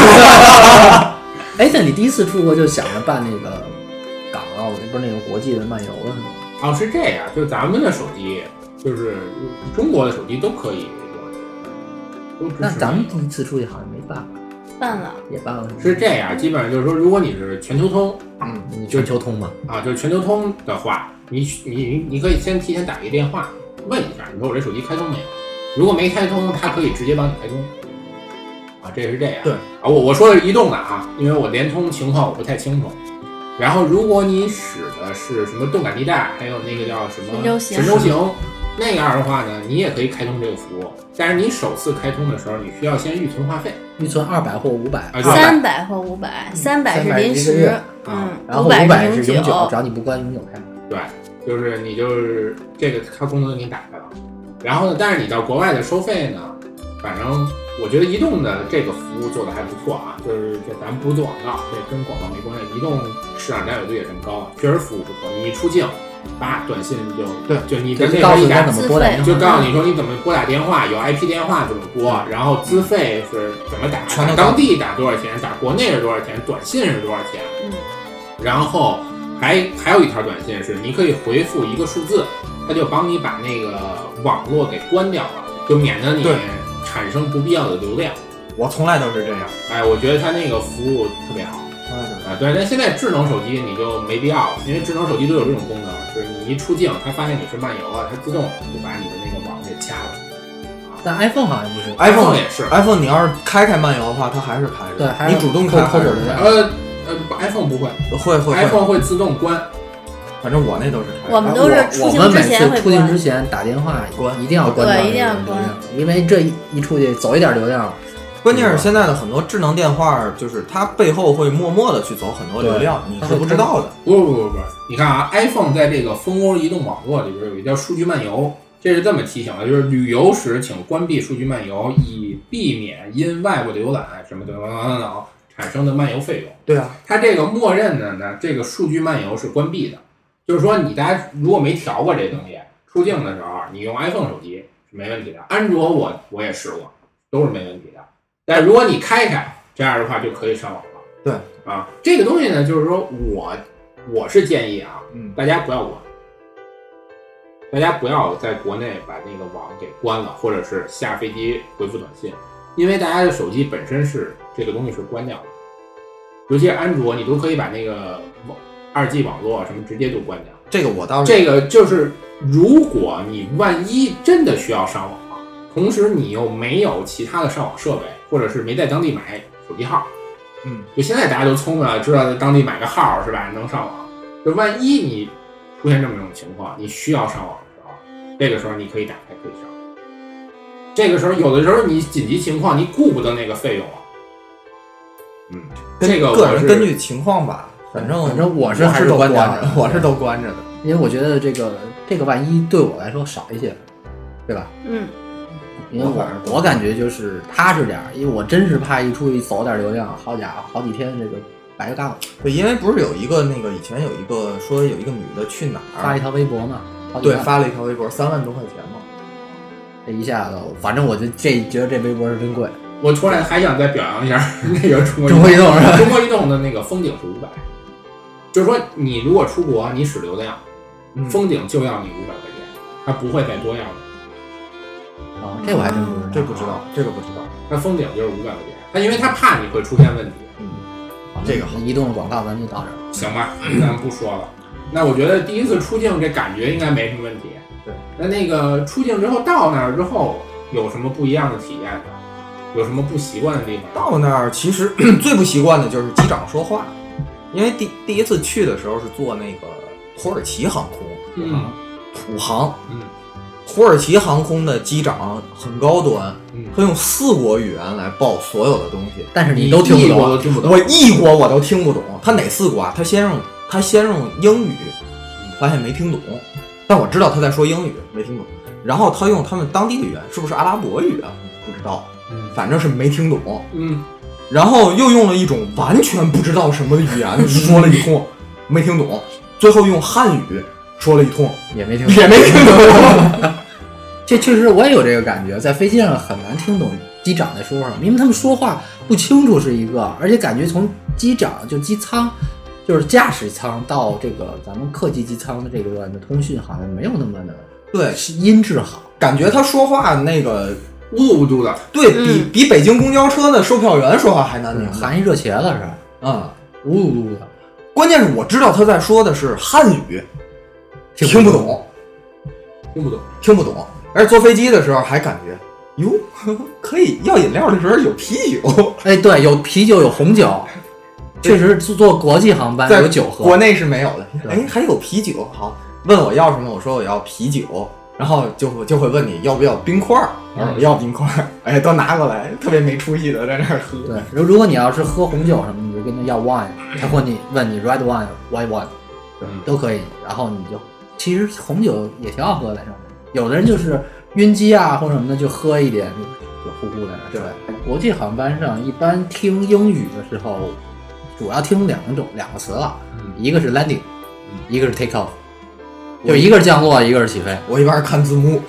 Speaker 4: 哎，那你第一次出国就想着办那个港澳不是那个国际的漫游了是吗？”
Speaker 1: 哦，是这样，就咱们的手机，就是中国的手机都可以用，都支持。
Speaker 4: 那咱们第一次出去好像没办吧，
Speaker 5: 办了，
Speaker 4: 也办了
Speaker 1: 是这样，基本上就是说，如果你是全球通
Speaker 3: 嗯，
Speaker 4: 你全球通嘛？
Speaker 1: 啊，就是全球通的话，你你你你可以先提前打一个电话问一下，你说我这手机开通没有？如果没开通，它可以直接帮你开通。啊，这是这样。
Speaker 3: 对
Speaker 1: 啊，我我说的是移动的啊，因为我联通情况我不太清楚。然后如果你使的是什么动感地带，还有那个叫什么
Speaker 5: 神州行
Speaker 1: 神州行那样的话呢，你也可以开通这个服务。但是你首次开通的时候，你需要先预存话费
Speaker 4: 预存二百或五百，
Speaker 1: 啊，就
Speaker 5: 三百或五百，三百是临
Speaker 4: 300是一个
Speaker 5: 时
Speaker 4: 月，啊
Speaker 5: 嗯，
Speaker 4: 然后五
Speaker 5: 百
Speaker 4: 是
Speaker 5: 永
Speaker 4: 永久，只要你不关永久开。
Speaker 1: 对，就是你就是这个它功能给你打开了。然后呢，但是你到国外的收费呢，反正我觉得移动的这个服务做的还不错啊，就是这咱们不是做广告，这跟广告没关系。移动市场占有率也这么高，确实服务不错。你一出境，叭，短信就
Speaker 3: 对
Speaker 1: 就你的
Speaker 4: 就
Speaker 1: 这
Speaker 4: 告
Speaker 1: 个
Speaker 4: 诉
Speaker 1: 一
Speaker 4: 你
Speaker 1: 打
Speaker 4: 怎么拨打电
Speaker 1: 就
Speaker 4: 话，
Speaker 1: 告诉你说你怎么拨打电话，有 IP 电话怎么拨，然后资费是怎么打，
Speaker 3: 全都
Speaker 1: 打
Speaker 3: 告
Speaker 1: 当
Speaker 3: 诉
Speaker 1: 地打多少钱，打国内是多少钱，短信是多少钱，
Speaker 5: 嗯，
Speaker 1: 然后还还有一条短信是你可以回复一个数字，它就帮你把那个网络给关掉了，就免得你
Speaker 3: 对
Speaker 1: 产生不必要的流量。
Speaker 3: 我从来都是这样，
Speaker 1: 哎，我觉得它那个服务特别好
Speaker 3: 从来都是。
Speaker 1: 啊。对，但现在智能手机你就没必要了，因为智能手机都有这种功能，就是你一出境，它发现你是漫游了，它自动就把你的那个网给掐了。
Speaker 4: 但 iPhone 好像不是，
Speaker 3: iPhone
Speaker 1: 也是，
Speaker 3: iPhone 你要是开开漫游的话，它还是排着的。
Speaker 4: 对还是
Speaker 3: 你主动开
Speaker 4: 扣
Speaker 3: 还
Speaker 4: 扣
Speaker 3: 是
Speaker 4: 手的
Speaker 1: 呃呃不，iPhone 不会
Speaker 3: 会会会，
Speaker 1: ，iPhone 会自动关。
Speaker 3: 反正我那都是开着的。
Speaker 5: 我们都是
Speaker 4: 啊我
Speaker 5: 出
Speaker 4: 我
Speaker 5: 行
Speaker 4: 们
Speaker 5: 之
Speaker 4: 每
Speaker 5: 前
Speaker 4: 次
Speaker 5: 会
Speaker 4: 出境
Speaker 5: 关
Speaker 4: 之。前打电话
Speaker 3: 关
Speaker 4: 一定要关掉
Speaker 5: 对
Speaker 4: 这个
Speaker 5: 一定要
Speaker 4: 流
Speaker 5: 关
Speaker 4: 量，因为这一一出去走一点流量，
Speaker 3: 关键是现在的很多智能电话，就是它背后会默默的去走很多流量，你是不知道的。
Speaker 1: 不不不不，你看啊，iPhone 在这个蜂窝移动网络里边有一叫数据漫游，这是这么提醒的，就是旅游时请关闭数据漫游，以避免因外部浏览什么等等等等等产生的漫游费用。
Speaker 3: 对啊，
Speaker 1: 它这个默认的呢，这个数据漫游是关闭的，就是说你大家如果没调过这东西，出境的时候你用 iPhone 手机是没问题的，安卓我我也试过，都是没问题的。但如果你开开，这样的话就可以上网了。
Speaker 3: 对
Speaker 1: 啊，这个东西呢，就是说我我是建议啊，
Speaker 3: 嗯，
Speaker 1: 大家不要管，大家不要在国内把那个网给关了，或者是下飞机回复短信，因为大家的手机本身是这个东西是关掉的，尤其是安卓，你都可以把那个网二 G 网络啊什么直接就关掉。
Speaker 3: 这个我倒是
Speaker 1: 这个就是，如果你万一真的需要上网，啊同时你又没有其他的上网设备，或者是没在当地买手机号，
Speaker 3: 嗯，
Speaker 1: 就现在大家都聪明了，知道在当地买个号是吧，能上网。就万一你出现这么一种情况，你需要上网的时候，这个时候你可以打开可以上。这个时候有的时候你紧急情况你顾不得那个费用了，啊嗯，
Speaker 3: 根
Speaker 1: 这个
Speaker 3: 个
Speaker 1: 我
Speaker 3: 人
Speaker 1: 是
Speaker 3: 根据情况吧，反正
Speaker 4: 反正我
Speaker 3: 我
Speaker 4: 是还是
Speaker 3: 都
Speaker 4: 关
Speaker 3: 关
Speaker 4: 掉的
Speaker 3: 着，我是都关着的。
Speaker 4: 因为我觉得这个这个万一对我来说少一些，对吧？
Speaker 5: 嗯，
Speaker 4: 因为
Speaker 3: 我
Speaker 4: 我
Speaker 3: 反正
Speaker 4: 我感觉就是踏实点儿，因为我真是怕一出去走点流量，好家伙，好几天这个白干了。
Speaker 3: 对，因为不是有一个那个以前有一个说有一个女的去哪
Speaker 4: 发了
Speaker 3: 儿，
Speaker 4: 一条微博嘛，好几
Speaker 3: 啊对，
Speaker 4: 万
Speaker 3: 发了一条微博，三万多块钱嘛。
Speaker 4: 这一下子，反正我就这觉得这微博是真贵。
Speaker 1: 我突然还想再表扬一下 那个中国
Speaker 4: 中国移动是吧
Speaker 1: 中国移动的那个封顶是五百，就是说你如果出国，你使流量，
Speaker 3: 嗯
Speaker 1: 封顶就要你五百块钱，它不会再多要你。
Speaker 4: 啊，这我还真不知道，
Speaker 3: 嗯这不知道，这个不知道。
Speaker 1: 它封顶就是五百块钱，它因为它怕你会出现问题，
Speaker 4: 好
Speaker 3: 这个好
Speaker 4: 移动的广告咱就到这儿。
Speaker 1: 行吧，咱不说了。那我觉得第一次出境这感觉应该没什么问题。
Speaker 3: 对，
Speaker 1: 那那个出境之后到那儿之后有什么不一样的体验呢？有什么不习惯的地方？
Speaker 3: 到那儿其实 最不习惯的就是机长说话，因为第第一次去的时候是坐那个土耳其航空，
Speaker 1: 嗯
Speaker 3: 土航，
Speaker 1: 嗯
Speaker 3: 土耳其航空的机长很高端，
Speaker 1: 嗯，
Speaker 3: 他用四国语言来报所有的东西，
Speaker 4: 但是你都听不
Speaker 1: 异国
Speaker 4: 懂，
Speaker 1: 都听不懂
Speaker 3: 我。异国我都听不懂，他哪四国啊？他先用他先用英语，发现没听懂，但我知道他在说英语，没听懂。然后他用他们当地的语言，是不是阿拉伯语啊？不知道，
Speaker 1: 嗯
Speaker 3: 反正是没听懂。
Speaker 1: 嗯，
Speaker 3: 然后又用了一种完全不知道什么的语言说了一通，没听懂。最后用汉语说了一通，
Speaker 4: 也没听懂。
Speaker 3: 也没听懂。
Speaker 4: 这确实我也有这个感觉，在飞机上很难听懂机长在说什么，因为他们说话不清楚是一个，而且感觉从机长就机舱，就是驾驶舱到这个咱们客机机舱的这个段的通讯好像没有那么的
Speaker 3: 对，
Speaker 4: 是音质好。
Speaker 3: 感觉他说话那个，
Speaker 1: 雾嘟的。
Speaker 3: 对比比北京公交车的售票员说话还难听。
Speaker 4: 含嗯一热茄子是
Speaker 3: 嗯，
Speaker 4: 呜噜噜的，
Speaker 3: 关键是我知道他在说的是汉语，
Speaker 4: 听
Speaker 3: 听
Speaker 4: 不
Speaker 3: 不懂，
Speaker 1: 听不懂。
Speaker 3: 听不懂。而且坐飞机的时候还感觉，哟，可以要饮料的时候有啤酒，
Speaker 4: 哎，对，有啤酒有红酒，确实是坐国际航班
Speaker 3: 在
Speaker 4: 有酒喝，
Speaker 3: 国内是没有的。
Speaker 4: 对
Speaker 3: 哎，还有啤酒，好，问我要什么，我说我要啤酒，然后就就会问你要不要冰块儿，我
Speaker 4: 嗯
Speaker 3: 说我要冰块儿，哎，都拿过来，特别没出息的在那儿喝。
Speaker 4: 对，如如果你要是喝红酒什么，你就跟他要 wine，他或你问你 red wine、white wine，
Speaker 1: 嗯
Speaker 4: 都可以。然后你就，其实红酒也挺好喝的，在上面。有的人就是晕机啊或者什么的，就喝一点就就呼呼的出来。国际航班上一般听英语的时候，主要听两种两个词了，
Speaker 1: 嗯
Speaker 4: 一个是 landing，
Speaker 1: 嗯
Speaker 4: 一个是 take off，就一个是降落，一个是起飞。
Speaker 3: 我一边看字幕，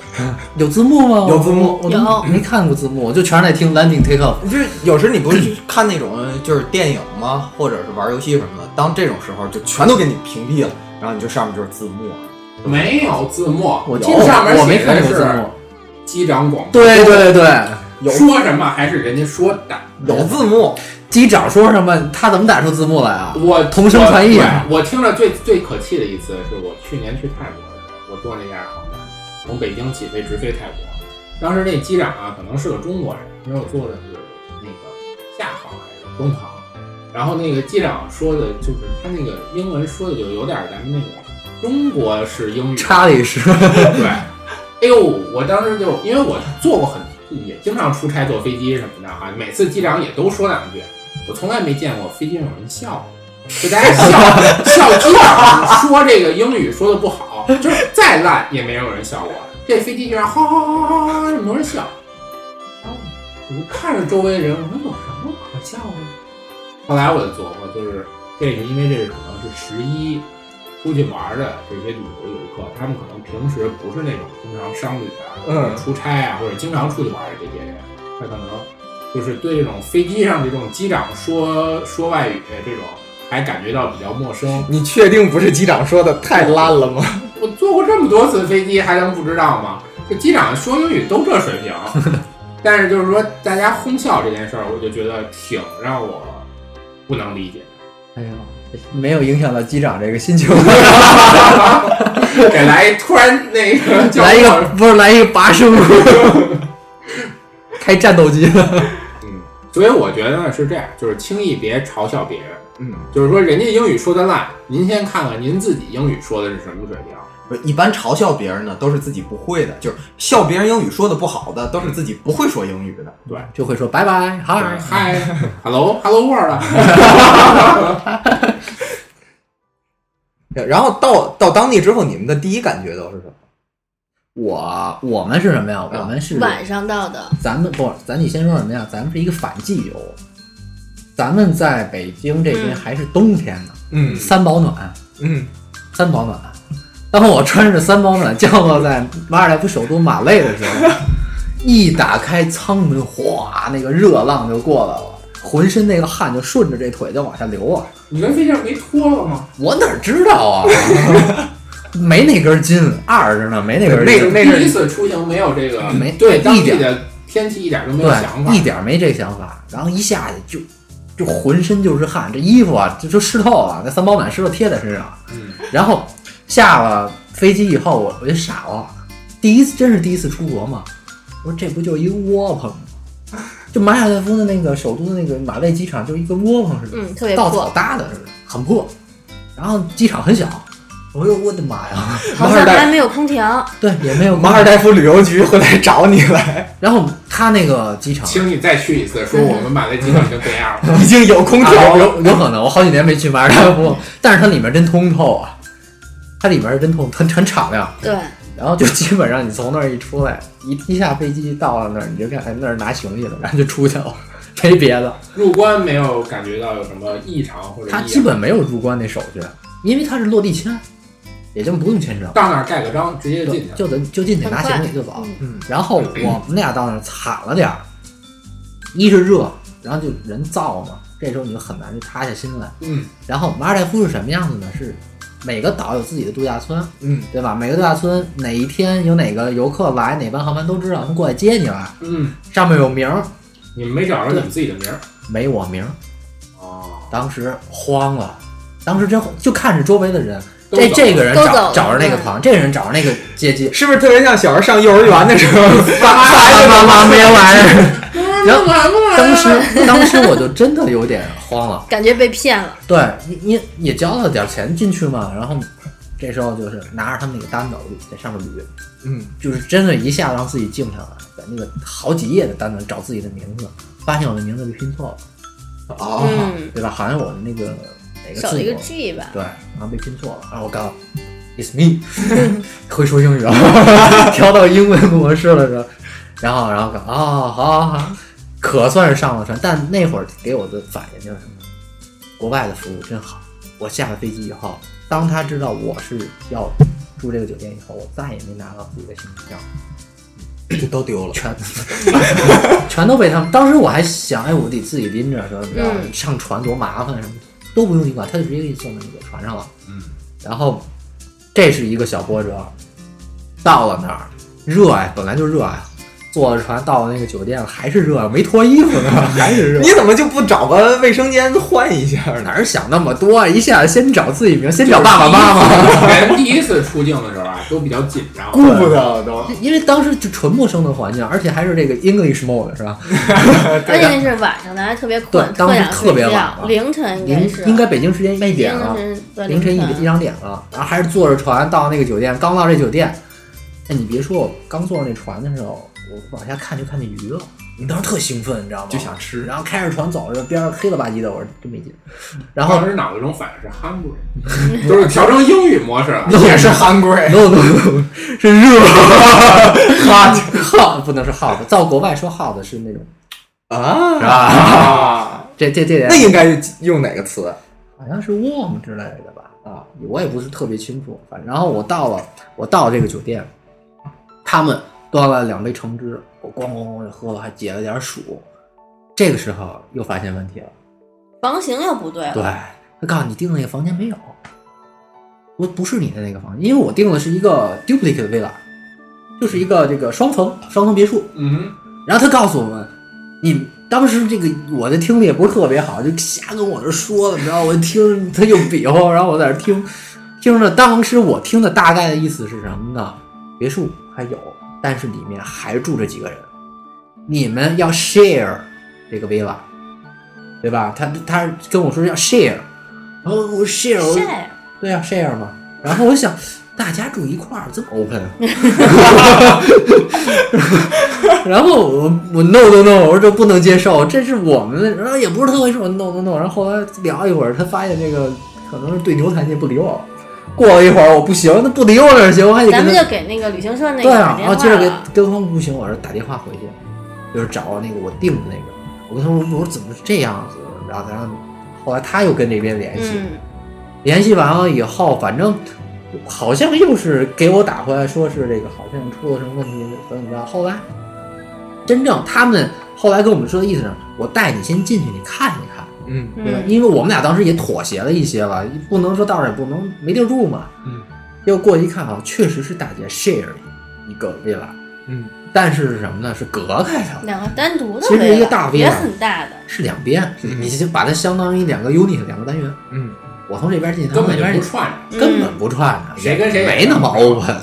Speaker 4: 有字幕吗？
Speaker 3: 有字幕
Speaker 4: 我我都
Speaker 5: 有
Speaker 4: 没看过字幕，我就全是在听 landing take off。
Speaker 3: 就是有时你不是去看那种就是电影吗，或者是玩游戏什么的，当这种时候就全都给你屏蔽了，然后你就上面就是字幕。
Speaker 1: 没有字幕，
Speaker 4: 我记
Speaker 1: 有
Speaker 4: 得
Speaker 1: 上面
Speaker 4: 我没
Speaker 1: 写
Speaker 4: 看
Speaker 1: 的
Speaker 4: 过字
Speaker 1: 是
Speaker 4: 幕。
Speaker 1: 机长广播，
Speaker 4: 对对对，
Speaker 3: 有
Speaker 1: 说什么还是人家说的。
Speaker 3: 有字幕，
Speaker 4: 机长说什么？他怎么打出字幕来啊？
Speaker 1: 我
Speaker 4: 同声传译啊
Speaker 1: 我对我听着最最可气的一次是我去年去泰国的时候，我坐那架航班从北京起飞直飞泰国。当时那机长啊，可能是个中国人，因为我坐的是那个下航还是东航，然后那个机长说的就是他那个英文说的就有点咱们那种中国式英语，
Speaker 4: 查理 是，
Speaker 1: 对，哎呦，我当时就因为我坐过很，也经常出差坐飞机什么的哈、每次机长也都说两句，我从来没见过飞机上有人笑，就大家笑笑机长说这个英语说的不好，就是再烂也没有人笑我。这飞机居然哈哈哈哈哈哈这么多人笑，然后我就看着周围人，我说有什么可笑啊的？后来我就琢磨，就是这是因为这是可能是十一出去玩的这些旅游游客，他们可能平时不是那种经常商旅啊、
Speaker 3: 嗯
Speaker 1: 出差啊，或者经常出去玩的这些人，他可能就是对这种飞机上这种机长说说外语这种还感觉到比较陌生。
Speaker 3: 你确定不是机长说的太烂了吗？
Speaker 1: 我坐过这么多次飞机，还能不知道吗？这机长说英语都这水 平，但是就是说大家哄笑这件事儿，我就觉得挺让我不能理解 的。
Speaker 4: 哎呦，没有影响到机长这个心情。
Speaker 1: 给来一突然那个叫
Speaker 4: 来 一个，不是来一个拔升，开战斗机。
Speaker 1: 嗯，所以我觉得呢是这样，就是轻易别嘲笑别人，
Speaker 3: 嗯，
Speaker 1: 就是说人家英语说的烂，您先看看您自己英语说的是什么水平。
Speaker 3: 不是一般嘲笑别人的都是自己不会的，就是笑别人英语说的不好的，都是自己不会说英语的。
Speaker 4: 就会说拜拜，嗨，
Speaker 1: 嗨，hello，hello world，啊
Speaker 3: 然后到到当地之后，你们的第一感觉都是什么？
Speaker 4: 我我们是什么呀？
Speaker 3: 嗯
Speaker 4: 我们是
Speaker 5: 哦晚上到的，
Speaker 4: 咱们不，咱你先说什么呀？咱们是一个反季游，咱们在北京这边
Speaker 5: 嗯
Speaker 4: 还是冬天呢，
Speaker 3: 嗯
Speaker 4: 三保暖，
Speaker 3: 嗯，
Speaker 4: 三保暖。当我穿着三保暖降落在马尔代夫首都马累的时候，一打开舱门，哗，那个热浪就过来了，浑身那个汗就顺着这腿就往下流啊！
Speaker 1: 你们飞机上没脱了吗？
Speaker 4: 我哪知道啊？没那根筋，二着呢，没那根
Speaker 3: 那
Speaker 4: 筋，
Speaker 3: 那
Speaker 1: 第一
Speaker 3: 是
Speaker 1: 次出行没有这个，
Speaker 4: 没
Speaker 1: 对当
Speaker 4: 一
Speaker 1: 地
Speaker 4: 点
Speaker 1: 的天气一点都没有想法
Speaker 4: 对，一。点没这想法。然后一下去就就浑身就是汗，这衣服啊就就湿透了，那三保暖湿了贴在身上。
Speaker 1: 嗯，
Speaker 4: 然后下了飞机以后，我我就傻了，第一次真是第一次出国嘛，我说这不就是一个窝棚吗？就马尔代夫的那个首都的那个马累机场，就一个窝棚似的，
Speaker 5: 嗯，特别
Speaker 4: 稻草
Speaker 5: 破，
Speaker 4: 搭的似的，很破。然后机场很小，我说我的妈呀，
Speaker 5: 好像还没有空调，
Speaker 4: 对，也没有
Speaker 3: 马尔代夫旅游局会来找你来，
Speaker 4: 然后他那个机场
Speaker 1: 请你再去一次，说我们买的机场就这样 了。
Speaker 3: 已经有空
Speaker 4: 啊
Speaker 3: 调 了。
Speaker 4: 有有有可能，我好几年没去马尔代
Speaker 1: 嗯
Speaker 4: 夫，但是它里面真通透啊，它里面是真通，很很敞亮。
Speaker 5: 对，
Speaker 4: 然后就基本上你从那儿一出来，一 一下飞机到了那儿，你就看哎那儿拿行李了，然后就出去了， 没别的。
Speaker 1: 入关没有感觉到有什么异常或者异
Speaker 4: 它
Speaker 1: 样
Speaker 4: 基本没有入关那手续，因为它是落地签，也就不用签证，
Speaker 1: 到那儿盖个章，直接就
Speaker 4: 就
Speaker 1: 进去了。
Speaker 4: 就得就进去拿行李就走。
Speaker 5: 嗯，
Speaker 4: 然后我们俩到那儿惨了点儿，一是热，然后就人燥嘛，这时候你就很难就塌下心来。
Speaker 1: 嗯，
Speaker 4: 然后马尔代夫是什么样子呢？是每个岛有自己的度假村，
Speaker 3: 嗯，
Speaker 4: 对吧？每个度假村哪一天有哪个游客来，哪班航班都知道，他们过来接你来，
Speaker 1: 嗯，
Speaker 4: 上面有名儿，
Speaker 1: 你们没找着你们自己的名儿
Speaker 4: 没我名儿，
Speaker 1: 哦，
Speaker 4: 当时慌了，当时真就看着周围的人，
Speaker 1: 都
Speaker 4: 这
Speaker 1: 走
Speaker 4: 这个人
Speaker 5: 都走
Speaker 4: 找
Speaker 5: 了
Speaker 4: 找着那个房，这个人找着那个接机，
Speaker 3: 是不是特别像小时候上幼儿园的时候，爸
Speaker 4: 妈妈没玩意儿，然后
Speaker 1: 干嘛干嘛
Speaker 4: 当时当时我就真的有点慌了。
Speaker 5: 感觉被骗了，
Speaker 4: 对你你也交了点钱进去嘛，然后这时候就是拿着他们那个单子在上面捋，
Speaker 3: 嗯，
Speaker 4: 就是真的一下让自己静下来，在那个好几页的单子找自己的名字，发现我的名字被拼错了，
Speaker 3: 哦，
Speaker 5: 嗯，
Speaker 4: 对吧？好像我的那个哪个
Speaker 5: 少
Speaker 4: 字
Speaker 5: 了一个
Speaker 4: 母
Speaker 5: G 吧，
Speaker 4: 对，然后被拼错了，然啊后我告诉 It's me，会说英语啊， 调到英文模式了是吧？然后然后告啊、哦，好好好，可算是上了船。但那会儿给我的反应就是什么？国外的服务真好。我下了飞机以后，当他知道我是要住这个酒店以后，我再也没拿到自己的行李箱，
Speaker 3: 就都丢了。
Speaker 4: 全 全都被他们。当时我还想，哎，我得自己拎着，说你知道
Speaker 5: 嗯
Speaker 4: 上船多麻烦什么的，都不用你管，他就直接给你送到那个船上了。
Speaker 1: 嗯，
Speaker 4: 然后这是一个小波折，到了那儿，热爱本来就热爱，坐着船到了那个酒店还是热爱，没脱衣服呢， 还是热爱。
Speaker 3: 你怎么就不找个卫生间换一下呢？
Speaker 4: 哪儿想那么多啊！一下先找自己名，先找爸爸妈 妈，
Speaker 1: 人第一次出境的时候啊，都比较紧张，
Speaker 3: 顾不得都。
Speaker 4: 因为当时就纯陌生的环境，而且还是这个 English mode 是吧？
Speaker 5: 而且那是晚上的，还特别困，
Speaker 4: 对当时
Speaker 5: 想
Speaker 4: 特别
Speaker 5: 睡
Speaker 4: 晚
Speaker 5: 觉，
Speaker 4: 了
Speaker 5: 凌晨应该
Speaker 4: 应
Speaker 5: 是啊
Speaker 4: 应该北京时间一点啊了，
Speaker 5: 凌晨对
Speaker 4: 凌晨一一
Speaker 5: 晨
Speaker 4: 两点了，然后还是坐着船到那个酒店。刚到这酒店，哎，你别说，我刚坐上那船的时候，我往下看就看见鱼了。你当时特兴奋，你知道吗？
Speaker 3: 就想吃
Speaker 4: 然后开着船走着，边上黑了吧唧的，我说真没劲。然后
Speaker 1: 当时脑子中反应是 hungry，就是调成英语模式了。
Speaker 3: 也是韩贵，
Speaker 4: no no no，是热 hot hot，不能是 hot，到国外说 hot 是那种
Speaker 3: 啊，
Speaker 4: 这这这点
Speaker 3: 那应该用哪个词？
Speaker 4: 好像是 warm 之类的吧，
Speaker 3: 啊，
Speaker 4: 我也不是特别清楚。反正然后我到了，我到这个酒店，他们端了两杯橙汁，我咣咣咣就喝了，还解了点暑。这个时候又发现问题了，
Speaker 5: 房型又不对了，
Speaker 4: 对他告诉你订的那个房间没有，我不是你的那个房间，因为我订的是一个 duplicate villa，就是一个这个双层双层别墅。
Speaker 1: 嗯
Speaker 4: 然后他告诉我们，你当时这个我的听力也不是特别好，就瞎跟我这说了，你知道，我听他就比划，然后我在那听，听着，当时我听的大概的意思是什么呢？别墅还有，但是里面还住着几个人，你们要 share 这个 villa，对吧？他他跟我说要 share，然后我 share，我
Speaker 5: 晒啊
Speaker 4: 对呀、这样嘛。然后我想，大家住一块儿这么 open，然后我我 no no no，我说这不能接受，这是我们的，然后也不是特会说 no no no，然后后来聊一会儿，他发现这个可能是对牛弹琴不理我，过了一会儿我不行，那不理我哪行，我还得
Speaker 5: 咱
Speaker 4: 跟
Speaker 5: 们就
Speaker 4: 他
Speaker 5: 给那个旅行社那个
Speaker 4: 对
Speaker 5: 打
Speaker 4: 啊，
Speaker 5: 电话
Speaker 4: 然后接着给
Speaker 5: 了
Speaker 4: 跟他们不行，我说打电话回去，就是找那个我订的那个，我跟他说我说怎么是这样子，然后然后后来他又跟这边联系。
Speaker 5: 嗯，
Speaker 4: 联系完了以后，反正好像又是给我打回来，说是这个好像出了什么问题，怎么怎么着。后来真正他们后来跟我们说的意思是，我带你先进去，你看一看，
Speaker 3: 嗯，
Speaker 4: 对吧？
Speaker 5: 嗯，
Speaker 4: 因为我们俩当时也妥协了一些了，不能说到这儿也不能没地儿住嘛。
Speaker 1: 嗯，
Speaker 4: 结果过去一看啊，确实是大家 share 一个 villa，
Speaker 3: 嗯，
Speaker 4: 但是是什么呢？是隔开的。
Speaker 1: 嗯
Speaker 5: 两个单独的
Speaker 4: 其实一个
Speaker 5: 围栏
Speaker 4: 大围
Speaker 5: 也
Speaker 4: 啊栏
Speaker 5: 很大的，
Speaker 4: 是两边，
Speaker 3: 嗯
Speaker 4: 你就把它相当于两个 unit 两个单元，
Speaker 3: 嗯，
Speaker 4: 我从这边进去，他
Speaker 1: 根
Speaker 4: 从
Speaker 1: 本就
Speaker 4: 那边
Speaker 1: 不
Speaker 4: 进，
Speaker 1: 串
Speaker 4: 根本不串的，
Speaker 1: 谁跟谁也
Speaker 4: 没那么 open。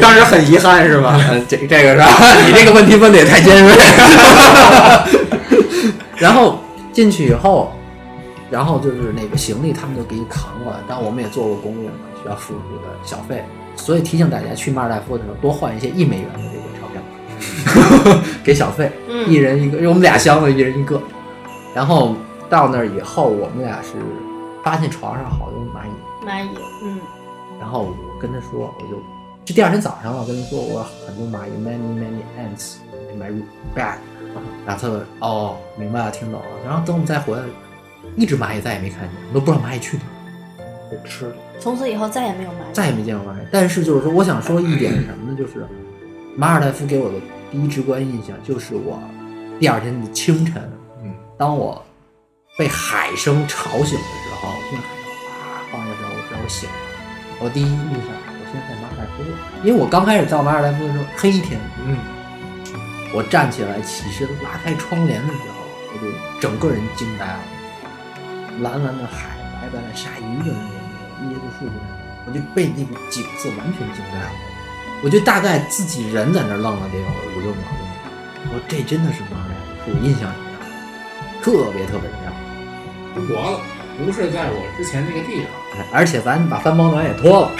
Speaker 3: 当时很遗憾是吧？
Speaker 4: 嗯这这个是吧？ 你这个问题问的也太尖锐。 然后进去以后，然后就是那个行李他们就给你扛过来，但我们也做过攻略嘛，需要付这个小费，所以提醒大家去马尔代夫的时候多换一些一美元的这个钞票， 给小费，
Speaker 5: 嗯
Speaker 4: 一人一个，因为我们俩箱子一人一个。然后到那儿以后，我们俩是发现床上好多蚂蚁，
Speaker 5: 蚂蚁，嗯，
Speaker 4: 然后我跟他说，我就这第二天早上我跟他说我很多蚂蚁，many many ants in my room bag，然后他说哦明白了听懂了，然后等我们再回来，一只蚂蚁再也没看见，我都不知道蚂蚁去哪儿，被吃了，
Speaker 5: 从此以后再也没有蚂蚁，
Speaker 4: 再也没见过蚂蚁。但是就是说，我想说一点是什么呢？就是马尔代夫给我的第一直观印象就是我第二天的清晨，
Speaker 3: 嗯，
Speaker 4: 当我被海声吵醒的时候，听海哗哗的时候，我知道我醒了。我第一印象，我现在在马尔代夫了，因为我刚开始到马尔代夫的时候黑天，
Speaker 3: 嗯，
Speaker 4: 我站起来起身拉开窗帘的时候，我就整个人惊呆了。蓝蓝的海，白白的沙，一个人也没有，椰子树也没有，我就被那个景色完全惊呆了。我就大概自己人在那儿愣了得有五六秒钟，我说这真的是盲人，是我印象里面特别特别重要。
Speaker 1: 中国了，不是在我之前那个地方。
Speaker 4: 哎而且咱把三保暖也脱了。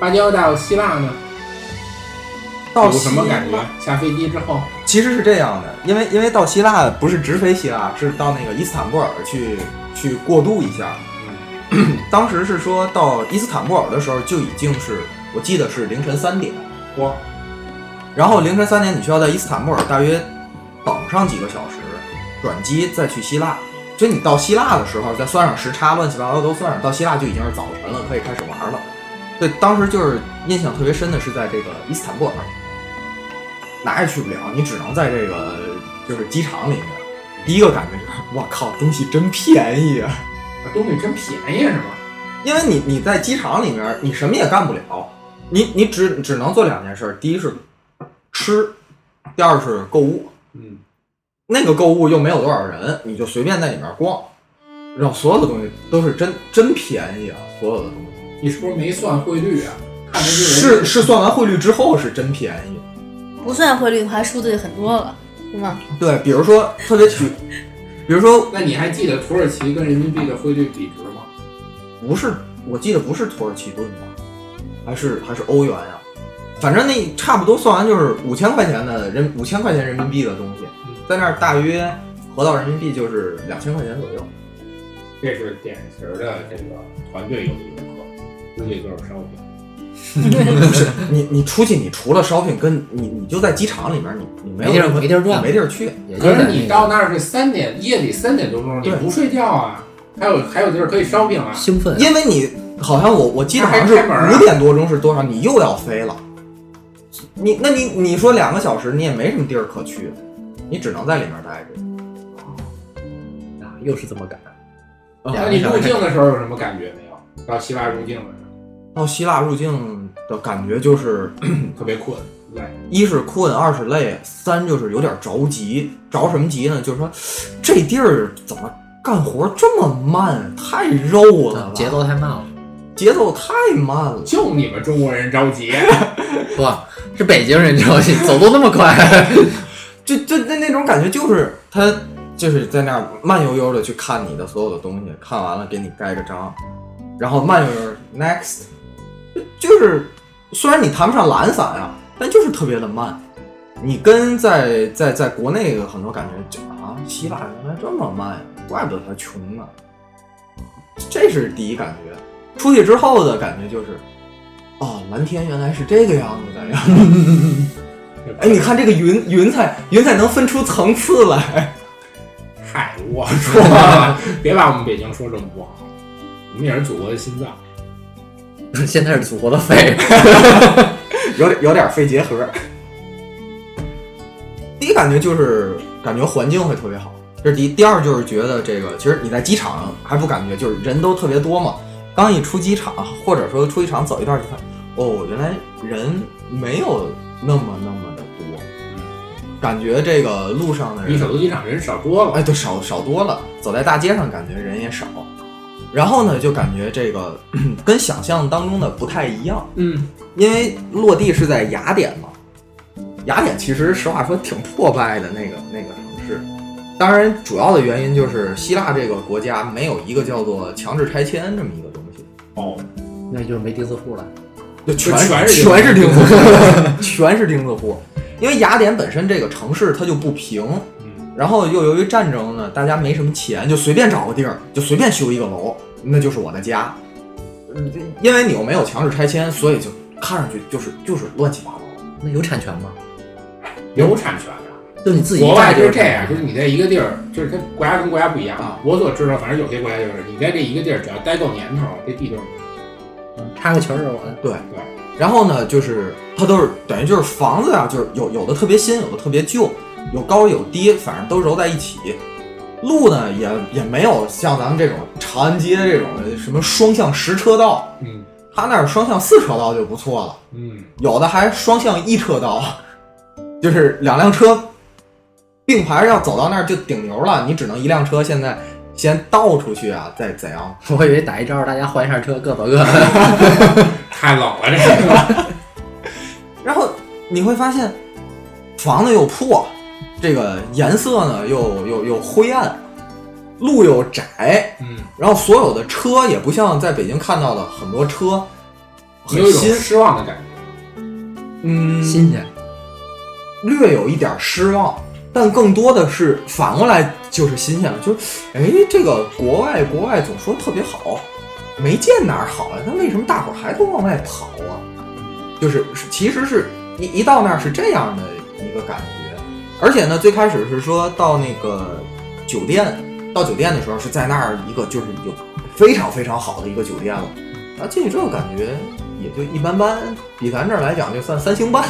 Speaker 1: 芭蕉到希腊呢，
Speaker 3: 到
Speaker 1: 有什么感
Speaker 3: 希
Speaker 1: 觉
Speaker 3: 腊？
Speaker 1: 下飞机之后，
Speaker 3: 其实是这样的，因为因为到希腊不是直飞希腊，是到那个伊斯坦布尔去去过渡一下。 当时是说到伊斯坦布尔的时候就已经是，我记得是凌晨三点，
Speaker 1: 哇，
Speaker 3: 然后凌晨三点你需要在伊斯坦布尔大约等上几个小时，转机再去希腊。所以你到希腊的时候，再算上时差，乱七八糟都算上，到希腊就已经是早晨了，可以开始玩了。对，当时就是印象特别深的是在这个伊斯坦布尔，哪儿也去不了，你只能在这个就是机场里面。第一个感觉就是，我靠，东西真便宜啊！
Speaker 1: 东西真便宜是吗？
Speaker 3: 因为你你在机场里面，你什么也干不了，你你只只能做两件事，第一是吃，第二是购物。
Speaker 1: 嗯，
Speaker 3: 那个购物又没有多少人，你就随便在里面逛，然后所有的东西都是真真便宜啊，所有的东西
Speaker 1: 你是不是没算汇率啊？看着就是
Speaker 3: 是算完汇率之后是真便宜。
Speaker 5: 不算汇率的话，数字就很多了，是吗？
Speaker 3: 对，比如说特别 举，比如说
Speaker 1: 那你还记得土耳其跟人民币的汇率比值吗？
Speaker 3: 不是，我记得不是土耳其盾吧，还是还是欧元呀、反正那差不多算完就是五千块钱的人，五千块钱人民币的东西
Speaker 1: 嗯，
Speaker 3: 在那儿大约合到人民币就是两千块钱左右。
Speaker 1: 这是典型的这个团队游的游客，估计就是商品。
Speaker 3: 你你出去，你除了 shopping，跟你你就在机场里面，你你没有
Speaker 4: 没地儿
Speaker 3: 任何
Speaker 4: 没地儿转
Speaker 3: 你没地儿去。
Speaker 4: 也就
Speaker 1: 可
Speaker 4: 在那
Speaker 1: 是
Speaker 4: 个
Speaker 1: 你到那儿是三点，夜里三点多钟，你
Speaker 3: 对
Speaker 1: 不睡觉啊？还有还有就是可以 shopping 啊，
Speaker 4: 兴奋啊，
Speaker 3: 因为你好像我我记得好像是
Speaker 1: 还开门啊
Speaker 3: 五点多钟是多少，你又要飞了。你那你你说两个小时，你也没什么地儿可去，你只能在里面待着。
Speaker 4: 啊又是这么赶。
Speaker 1: 哦那你入境的时候有什么感觉没有？到希腊入境的时
Speaker 3: 到希腊入境的感觉就是，
Speaker 1: 候特别困，累。
Speaker 3: 一是困，二是累，三就是有点着急。着什么急呢？就是说，这地儿怎么干活这么慢？太肉了吧，
Speaker 4: 嗯节奏太慢了，
Speaker 3: 节奏太慢了。
Speaker 1: 就你们中国人着急，
Speaker 4: 不是北京人着急，走路那么快，
Speaker 3: 就就那那种感觉，就是他就是在那儿慢悠悠的去看你的所有的东西，看完了给你盖个章，然后慢悠悠 next，就就是虽然你谈不上懒散啊，但就是特别的慢。你跟在在在国内很多感觉就啊，希腊原来这么慢呀，怪不得他穷呢。这是第一感觉。出去之后的感觉就是，哦，蓝天原来是这个样子的呀。 哎，你看这个云云彩，云彩能分出层次来。
Speaker 1: 嗨，我说了，别把我们北京说这么不好，我们也是祖国的心脏。
Speaker 4: 现在是祖国的肺。
Speaker 3: 有点有点肺结核。第一感觉就是感觉环境会特别好，这是第一。第二就是觉得这个，其实你在机场还不感觉，就是人都特别多嘛。刚一出机场，或者说出机场走一段就看，哦，原来人没有那么那么的多，感觉这个路上的
Speaker 1: 比
Speaker 3: 人
Speaker 1: 首都机场人少多了，
Speaker 3: 哎，对，少少多了。走在大街上，感觉人也少。然后呢，就感觉这个跟想象当中的不太一样，
Speaker 1: 嗯，
Speaker 3: 因为落地是在雅典嘛。雅典其实实话说挺破败的那个那个城市，当然主要的原因就是希腊这个国家没有一个叫做强制拆迁这么一个东西，
Speaker 1: 哦，
Speaker 4: 那就是没钉子户了。
Speaker 3: 就全
Speaker 1: 全是
Speaker 3: 全是钉子户，全是钉子户。因为雅典本身这个城市它就不平，
Speaker 1: 嗯，
Speaker 3: 然后又由于战争呢，大家没什么钱，就随便找个地儿，就随便修一个楼，那就是我的家。嗯因为你又没有强制拆迁，所以就看上去就是就是乱七八糟。
Speaker 4: 那有产权吗？
Speaker 1: 有产权的。
Speaker 4: 就你自己
Speaker 1: 国
Speaker 4: 一
Speaker 1: 外
Speaker 4: 盖
Speaker 1: 就是这
Speaker 4: 有
Speaker 1: 样，
Speaker 4: 产
Speaker 1: 就
Speaker 4: 权
Speaker 1: 是你在一个地儿，就是它国家跟国家不一样
Speaker 3: 啊。
Speaker 1: 我所知道，反正有些国家就是你在这一个地儿，只要待够年头，这地就
Speaker 4: 嗯插个球儿我的。
Speaker 3: 对，然后呢，就是它都是等于就是房子啊，就是有有的特别新，有的特别旧，有高有低，反正都揉在一起。路呢也也没有像咱们这种长安街这种的什么双向十车道，
Speaker 1: 嗯
Speaker 3: 它那儿双向四车道就不错了。
Speaker 1: 嗯，
Speaker 3: 有的还双向一车道， 就是两辆车并排要走到那儿就顶牛了，你只能一辆车现在先倒出去啊，再怎样？
Speaker 4: 我以为打一招大家换一下车，各走各的。
Speaker 1: 太冷了，这个
Speaker 3: 然后你会发现，房子又破，这个颜色呢又又又灰暗，路又窄，
Speaker 1: 嗯，
Speaker 3: 然后所有的车也不像在北京看到的很多车
Speaker 1: 你
Speaker 3: 很
Speaker 1: 有一种
Speaker 3: 新，
Speaker 1: 失望的感觉。
Speaker 3: 嗯，
Speaker 4: 新鲜，
Speaker 3: 略有一点失望，但更多的是反过来就是新鲜了，就是哎，这个国外国外总说特别好，没见哪儿好呀，那为什么大伙儿还都往外跑啊？就是是其实是一一到那儿是这样的一个感觉，而且呢，最开始是说到那个酒店，到酒店的时候是在那儿一个就是有非常非常好的一个酒店了，然后进去之后感觉也就一般般，比咱这儿来讲就算三星半。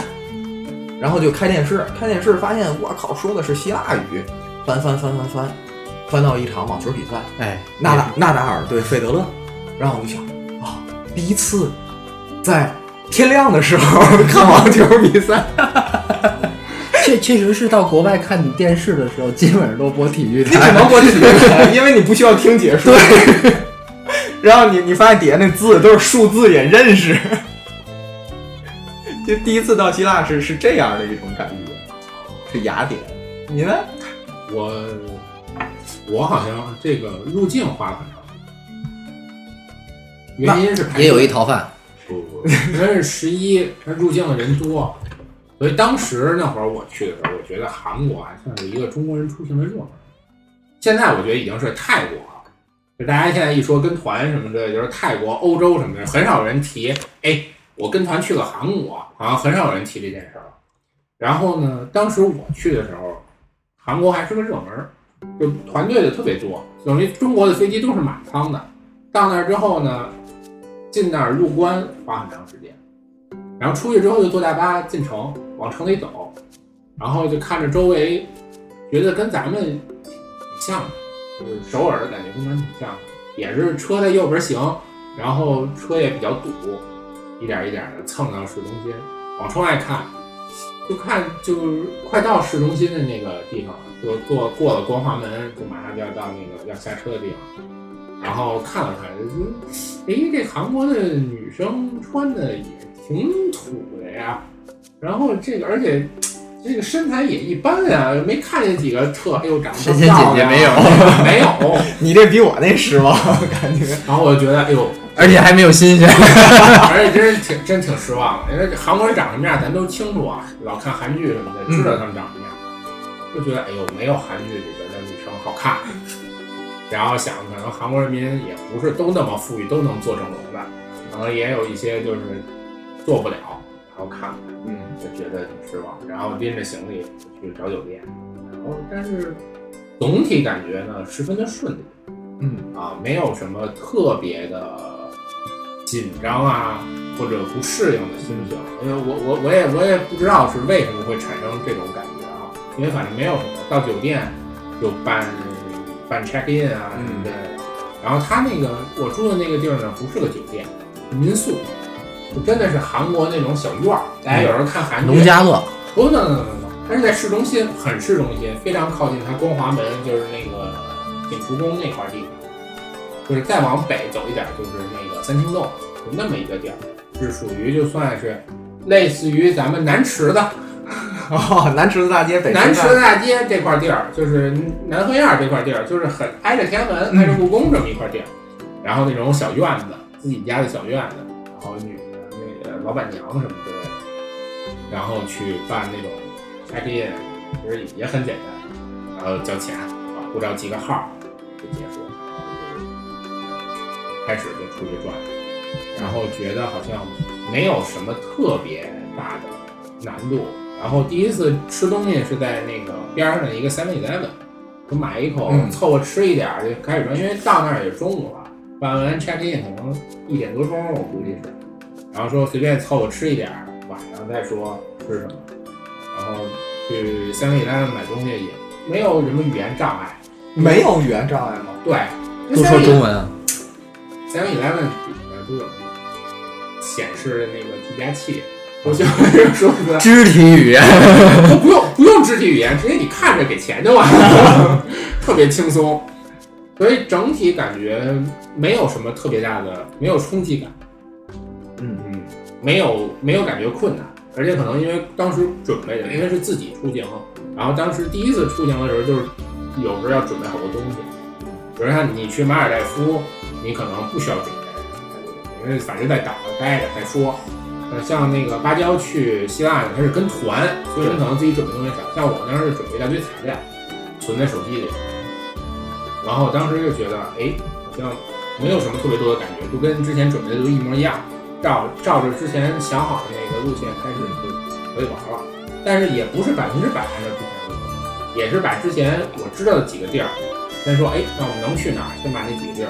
Speaker 3: 然后就开电视，开电视发现我靠，说的是希腊语，翻翻翻翻翻，翻到一场网球比赛，
Speaker 4: 哎，
Speaker 3: 纳达纳达尔对费德勒，然后我就想啊，第一次在天亮的时候看网球比赛，
Speaker 4: 确确实是到国外看你电视的时候，基本上都播体育
Speaker 3: 你只
Speaker 4: 台。
Speaker 3: 能过去 看，因为你不需要听解说。对，然后你你发现底下那字都是数字也认 识，就第一次到希腊是是这样的一种感觉，是雅典，你 呢？
Speaker 1: 我我好像这个入境花了很长，原因是排
Speaker 4: 也有一逃犯，
Speaker 1: 不不，不 因为是十一，它入境的人多，所以当时那会儿我去的时候，我觉得韩国还算是一个中国人出行的热门。现在我觉得已经是泰国了，就大家现在一说跟团什么的，就是泰国、欧洲什么的，很少有人提，哎，我跟团去了韩国，好像很少有人提这件事儿了。然后呢，当时我去的时候，韩国还是个热门儿，就团队的特别多，等于中国的飞机都是满舱的。到那儿之后呢，进那儿入关花很长时间，然后出去之后就坐大巴进城，往城里走，然后就看着周围，觉得跟咱们挺像的，就是首尔的感觉跟咱们挺像的，也是车在右边行，然后车也比较堵，一点一点的蹭到市中心，往窗外看，就看就是快到市中心的那个地方了，就坐过了光华门，就马上就要到那个要下车的地方。然后看了看，就觉得诶，这韩国的女生穿的也挺土的呀，然后这个而且这个身材也一般呀，没看见几个特哎呦长得啊
Speaker 4: 神仙姐姐没有
Speaker 1: 没有，
Speaker 3: 你这比我那失望，感觉。
Speaker 1: 然后我就觉得哎呦，
Speaker 4: 而且还没有 新 鲜。
Speaker 1: 而且真是挺真挺失望的，因为韩国人长什么样咱都清楚啊，老看韩剧什么的，知道他们长什么样，就觉得哎呦没有韩剧里边的女生好看。然后想可能韩国人民也不是都那么富裕，都能做整容的，可能也有一些就是做不了，然后看
Speaker 3: 嗯，
Speaker 1: 就觉得挺失望，然后拎着行李去找酒店，然后但是总体感觉呢十分的顺利，
Speaker 3: 嗯
Speaker 1: 啊，没有什么特别的紧张啊或者不适应的心情，因为我我我也我也不知道是为什么会产生这种感觉啊，因为反正没有什么，到酒店就办办 check in 啊什么的，然后他那个我住的那个地儿呢不是个酒店，是民宿。就真的是韩国那种小院儿，大家有时候看韩剧，
Speaker 4: 嗯
Speaker 1: 哦
Speaker 4: 农家乐，
Speaker 1: 不，no no no no，它是在市中心，很市中心，非常靠近它光华门，就是那个景福宫那块地方。就是再往北走一点，就是那个三清洞，就那么一个地儿，是属于就算是类似于咱们南池子、
Speaker 3: 哦，南池子大街北
Speaker 1: 南池
Speaker 3: 池
Speaker 1: 子大街这块地儿，就是南河沿儿这块地儿，就是很挨着天安
Speaker 3: 嗯
Speaker 1: 门、挨着故宫这么一块地儿。然后那种小院子，自己家的小院子，然后女那个老板娘什么之类的，然后去办那种 check in，其实也很简单，然后交钱，把护照记个号就结束，然后就开始就出去转，然后觉得好像没有什么特别大的难度。然后第一次吃东西是在那个边上的一个 Seven Eleven，就买一口、
Speaker 3: 嗯
Speaker 1: 凑合吃一点儿就开始转，因为到那儿也中午了，办完 check in 可能一点多钟，我估计是。然后说随便凑合吃一点儿，晚上再说吃什么。然后去 Seven Eleven 买东西也没有什么语言障碍，
Speaker 3: 没有语言障碍吗？
Speaker 1: 对，
Speaker 4: 都说中文啊。
Speaker 1: Seven Eleven 里面都有显示的那个计价器，我就得说出来，
Speaker 4: 肢体语言，
Speaker 1: 都 不用不用肢体语言，直接你看着给钱就完了，特别轻松。所以整体感觉没有什么特别大的，没有冲击感，
Speaker 3: 嗯
Speaker 1: 嗯，没有没有感觉困难，而且可能因为当时准备的，因为是自己出行，然后当时第一次出行的时候，就是有时候要准备好多东西，比如像你去马尔代夫，你可能不需要准备，因为反正在岛上待着再说。呃，像那个芭蕉去希腊，他是跟团，所以你可能自己准备东西少。像我当时是准备一大堆材料，存在手机里，然后我当时就觉得，哎，好像没有什么特别多的感觉，就跟之前准备的都一模一样，照照着之前想好的那个路线开始就可以玩了。但是也不是百分之百按照之前的路线，也是把之前我知道的几个地儿，先说，哎，那我们能去哪儿？先把那几个地儿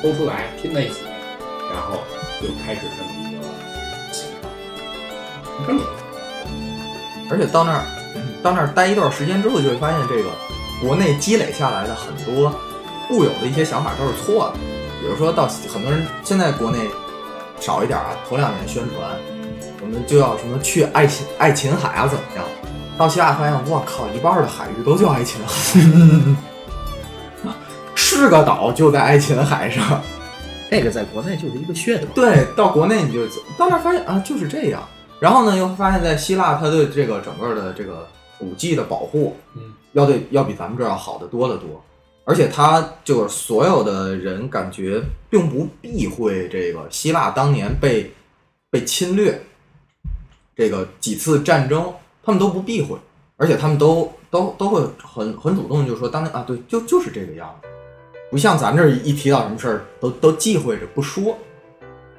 Speaker 1: 抽出来拼在一起，然后就开始这么一个行程。根本
Speaker 3: 而且到那儿，到那儿待一段时间之后，就会发现这个国内积累下来的很多固有的一些想法都是错的。比如说到很多人现在国内少一点啊，头两年宣传，我们就要什么去爱琴爱琴海啊怎么样？到希腊发现，我靠，一半儿的海域都叫爱琴海，是个岛就在爱琴海上。
Speaker 4: 这个在国内就是一个噱头。
Speaker 3: 对，到国内你就到那儿发现啊，就是这样。然后呢，又发现在希腊，它对这个整个的这个古迹的保护，
Speaker 1: 嗯，
Speaker 3: 要对要比咱们这儿要好得多得多。而且它就是所有的人感觉并不避讳这个希腊当年被被侵略，这个几次战争，他们都不避讳，而且他们都都都会很很主动，就说当年啊，对，就就是这个样子，不像咱这儿一提到什么事儿都都忌讳着不说。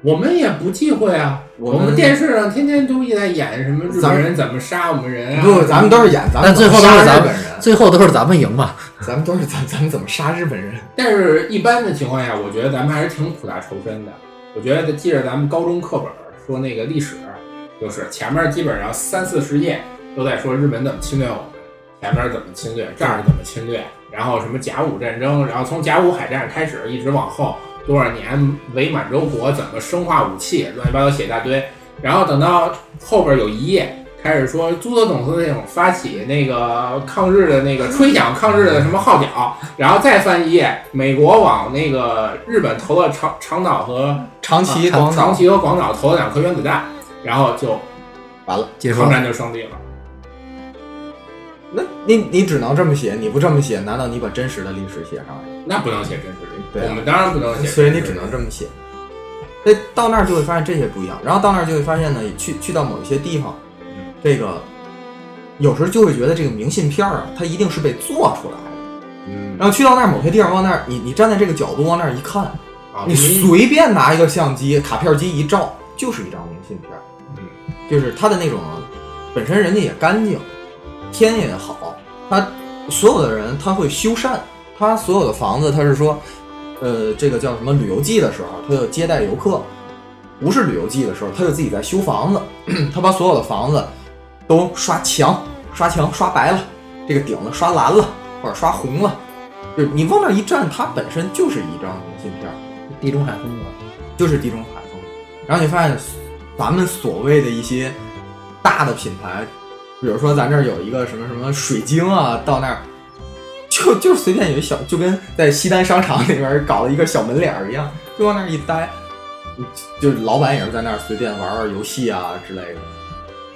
Speaker 1: 我们也不忌讳啊，
Speaker 3: 我
Speaker 1: 我
Speaker 3: 们
Speaker 1: 们电视上天天都一直在演什么日本人怎么杀我们人啊，
Speaker 3: 不，咱们都是演，咱们
Speaker 4: 但最
Speaker 3: 怎
Speaker 4: 后
Speaker 3: 么
Speaker 4: 都
Speaker 3: 杀
Speaker 4: 是咱
Speaker 3: 日
Speaker 4: 们
Speaker 3: 本人，
Speaker 4: 最后都是咱们赢嘛。
Speaker 3: 咱们都是咱咱们怎么杀日本人？
Speaker 1: 但是，一般的情况下，我觉得咱们还是挺苦大仇深的。我觉得记着咱们高中课本儿说那个历史，就是前面基本上三四十页都在说日本怎么侵略我们，前面怎么侵略，这儿怎么侵略，然后什么甲午战争，然后从甲午海战开始一直往后多少年伪满洲国怎么生化武器，乱七八糟写一大堆。然后等到后边有一页开始说朱德总司令发起那个抗日的那个吹响抗日的什么号角，然后再翻一页，美国往那个日本投了长长岛和啊
Speaker 3: 啊长崎、广
Speaker 1: 长
Speaker 3: 岛
Speaker 1: 崎和广岛投了两颗原子弹，然后就
Speaker 3: 完了，
Speaker 4: 结束
Speaker 1: 抗
Speaker 4: 了，
Speaker 1: 战就胜利了。
Speaker 3: 那你你只能这么写，你不这么写，难道你把真实的历史写上来？
Speaker 1: 那不能写真实历
Speaker 3: 对
Speaker 1: 史，
Speaker 3: 啊
Speaker 1: 我们当然不能写真实
Speaker 3: 所以
Speaker 1: 历史，
Speaker 3: 你只能这么写。那到那儿就会发现这些不一样，然后到那儿就会发现呢，去去到某一些地方，这个有时候就会觉得这个明信片儿啊，它一定是被做出来的。
Speaker 1: 嗯，
Speaker 3: 然后去到那儿某些地方，往那儿你你站在这个角度往那儿一看，
Speaker 1: 啊，
Speaker 3: 你
Speaker 1: 明
Speaker 3: 随便拿一个相机、卡片机一照，就是一张明信片儿。
Speaker 1: 嗯
Speaker 3: 就是它的那种，呃本身人家也干净，天也好，它所有的人他会修缮，它所有的房子，它是说，呃，这个叫什么旅游季的时候，它就接待游客；不是旅游季的时候，它就自己在修房子，
Speaker 1: 嗯
Speaker 3: 它把所有的房子都刷墙、刷墙、刷白了，这个顶子刷蓝了或者刷红了，就是你往那儿一站，它本身就是一张明信片儿。
Speaker 4: 地中海风格。
Speaker 3: 就是地中海风。然后你发现，咱们所谓的一些大的品牌，比如说咱这儿有一个什么什么水晶啊，到那儿就就随便有一小，就跟在西单商场里边搞了一个小门脸儿一样，就往那儿一待，就是老板也是在那儿随便玩玩游戏啊之类的，